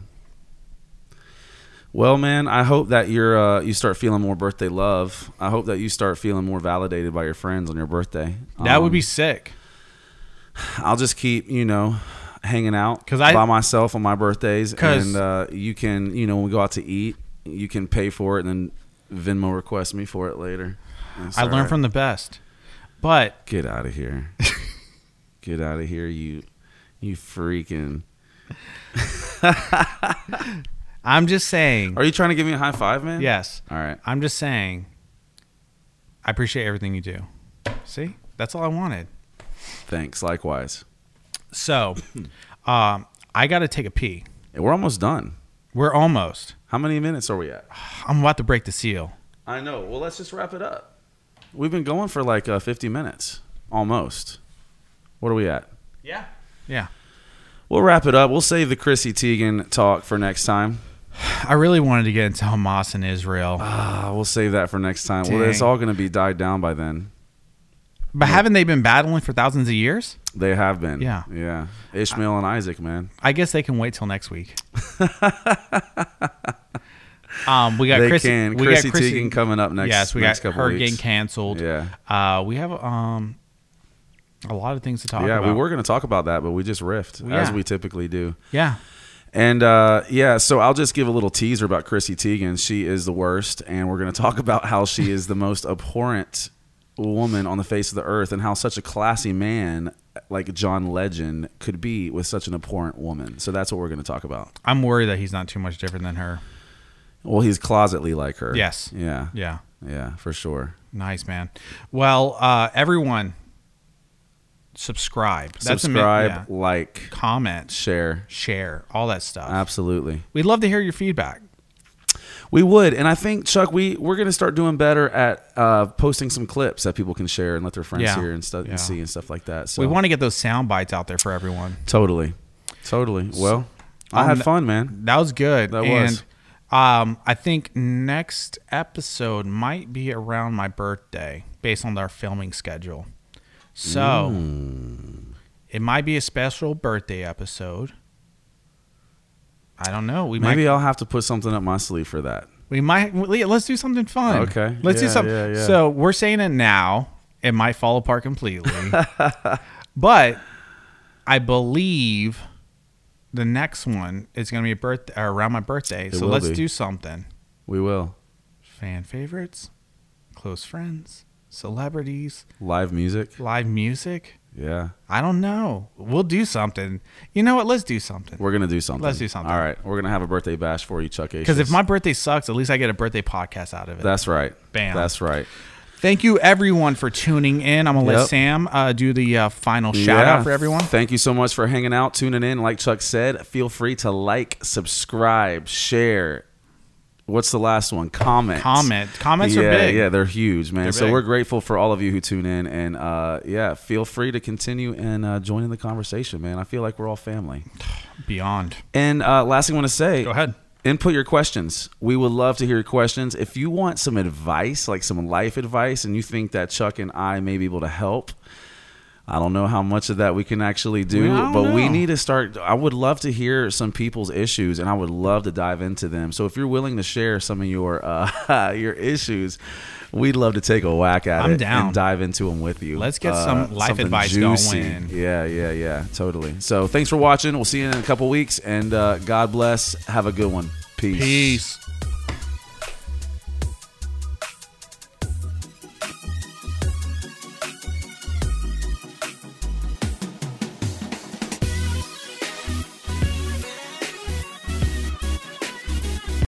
Speaker 1: Well, man, I hope that you're uh, you start feeling more birthday love. I hope that you start feeling more validated by your friends on your birthday.
Speaker 2: That
Speaker 1: Um,
Speaker 2: would be sick.
Speaker 1: I'll just keep you know hanging out
Speaker 2: 'Cause I-
Speaker 1: by myself on my birthdays,
Speaker 2: 'Cause-
Speaker 1: and uh, you can you know when we go out to eat, you can pay for it and then Venmo request me for it later. That's
Speaker 2: I
Speaker 1: all
Speaker 2: learned
Speaker 1: right.
Speaker 2: from the best. But
Speaker 1: Get out of here. Get out of here, you you freaking.
Speaker 2: I'm just saying,
Speaker 1: Are you trying to give me a high five, man?
Speaker 2: yes.
Speaker 1: All right.
Speaker 2: I'm just saying, I appreciate everything you do. See, that's all I wanted.
Speaker 1: Thanks. Likewise.
Speaker 2: So, um, I got to take a pee.
Speaker 1: And We're almost done.
Speaker 2: We're almost.
Speaker 1: How many minutes are we at?
Speaker 2: I'm about to break the seal.
Speaker 1: I know. Well, let's just wrap it up. We've been going for like uh, 50 minutes, almost. What are we at?
Speaker 2: Yeah. Yeah.
Speaker 1: We'll wrap it up. We'll save the Chrissy Teigen talk for next time.
Speaker 2: I really wanted to get into Hamas and Israel,
Speaker 1: Ah, we'll save that for next time. Well,
Speaker 2: Dang.
Speaker 1: it's all going to be died down by then.
Speaker 2: but haven't they been battling for thousands of years?
Speaker 1: They have been.
Speaker 2: Yeah.
Speaker 1: Yeah. Ishmael and Isaac, man.
Speaker 2: I guess they can wait till next week. um, we got
Speaker 1: they
Speaker 2: Chrissy,
Speaker 1: can.
Speaker 2: we
Speaker 1: Chrissy,
Speaker 2: got Chrissy
Speaker 1: Teigen coming up next.
Speaker 2: yes, we
Speaker 1: next
Speaker 2: got
Speaker 1: couple
Speaker 2: her
Speaker 1: weeks.
Speaker 2: getting canceled.
Speaker 1: Yeah.
Speaker 2: Uh, we have um, a lot of things to talk
Speaker 1: Yeah,
Speaker 2: about.
Speaker 1: we were going to talk about that, but we just riffed
Speaker 2: Well,
Speaker 1: as
Speaker 2: yeah.
Speaker 1: we typically do.
Speaker 2: Yeah.
Speaker 1: And uh, yeah, so I'll just give a little teaser about Chrissy Teigen. She is the worst, and we're going to talk about how she is the most abhorrent woman on the face of the earth, and how such a classy man like John Legend could be with such an abhorrent woman. So that's what we're going to talk about.
Speaker 2: I'm worried that he's not too much different than her.
Speaker 1: Well, he's closetly like her.
Speaker 2: Yes.
Speaker 1: Yeah.
Speaker 2: Yeah.
Speaker 1: Yeah, for sure.
Speaker 2: Nice, man. Well, uh, everyone, subscribe. That's ama-
Speaker 1: Subscribe,
Speaker 2: yeah.
Speaker 1: like,
Speaker 2: comment,
Speaker 1: share.
Speaker 2: share, all that stuff.
Speaker 1: Uh, Absolutely.
Speaker 2: We'd love to hear your feedback.
Speaker 1: We would, and I think Chuck, we we're gonna start doing better at uh, posting some clips that people can share and let their friends
Speaker 2: Yeah.
Speaker 1: hear and stuff
Speaker 2: Yeah.
Speaker 1: and see and stuff like that. So
Speaker 2: We want to get those sound bites out there for everyone.
Speaker 1: totally, totally. Well, I had
Speaker 2: that-
Speaker 1: fun, man.
Speaker 2: That was good.
Speaker 1: That
Speaker 2: and,
Speaker 1: was.
Speaker 2: Um, I think next episode might be around my birthday, based on our filming schedule. So
Speaker 1: Mm.
Speaker 2: it might be a special birthday episode. I don't know. We might
Speaker 1: Maybe I'll have to put something up my sleeve for that.
Speaker 2: We might le- let's do something fun.
Speaker 1: Okay.
Speaker 2: Let's
Speaker 1: Yeah,
Speaker 2: do something.
Speaker 1: yeah, yeah.
Speaker 2: So we're saying it now. It might fall apart completely. but I believe the next one is going to be a birthday or around my birthday. so
Speaker 1: will
Speaker 2: let's
Speaker 1: be.
Speaker 2: do something.
Speaker 1: We will
Speaker 2: Fan favorites, close friends, celebrities,
Speaker 1: live music.
Speaker 2: live music.
Speaker 1: Yeah,
Speaker 2: I don't know. We'll do something. You know what? Let's do something.
Speaker 1: we're gonna do something.
Speaker 2: Let's do something.
Speaker 1: All right, we're gonna have a birthday bash for you, Chuck.
Speaker 2: Because if my birthday sucks, at least I get a birthday podcast out of it.
Speaker 1: that's right.
Speaker 2: Bam.
Speaker 1: That's right.
Speaker 2: Thank you, everyone, for tuning in. I'm going to
Speaker 1: Yep.
Speaker 2: let Sam uh, do the uh, final shout
Speaker 1: Yeah.
Speaker 2: out for everyone.
Speaker 1: Thank you so much for hanging out, tuning in. Like Chuck said, feel free to like, subscribe, share. What's the last one? Comment.
Speaker 2: Comment. Comments
Speaker 1: yeah,
Speaker 2: are big.
Speaker 1: Yeah, they're huge, man.
Speaker 2: They're
Speaker 1: so
Speaker 2: big.
Speaker 1: we're grateful for all of you who tune in, and uh, yeah, feel free to continue and uh, join in the conversation, man. I feel like we're all family.
Speaker 2: Beyond.
Speaker 1: And uh, last thing I want to say.
Speaker 2: Go ahead.
Speaker 1: Input your questions. We would love to hear your questions. If you want some advice, like some life advice, and you think that Chuck and I may be able to help, I don't know how much of that we can actually do,
Speaker 2: Yeah, I don't
Speaker 1: but we
Speaker 2: know.
Speaker 1: need to start. I would love to hear some people's issues, and I would love to dive into them. So if you're willing to share some of your uh, your issues, we'd love to take a whack at
Speaker 2: I'm
Speaker 1: it
Speaker 2: down.
Speaker 1: and dive into them with you. Uh,
Speaker 2: Let's get some life
Speaker 1: something
Speaker 2: advice going.
Speaker 1: Yeah, yeah, yeah, totally. So thanks for watching. We'll see you in a couple weeks, and uh, God bless. Have a good one.
Speaker 2: Peace.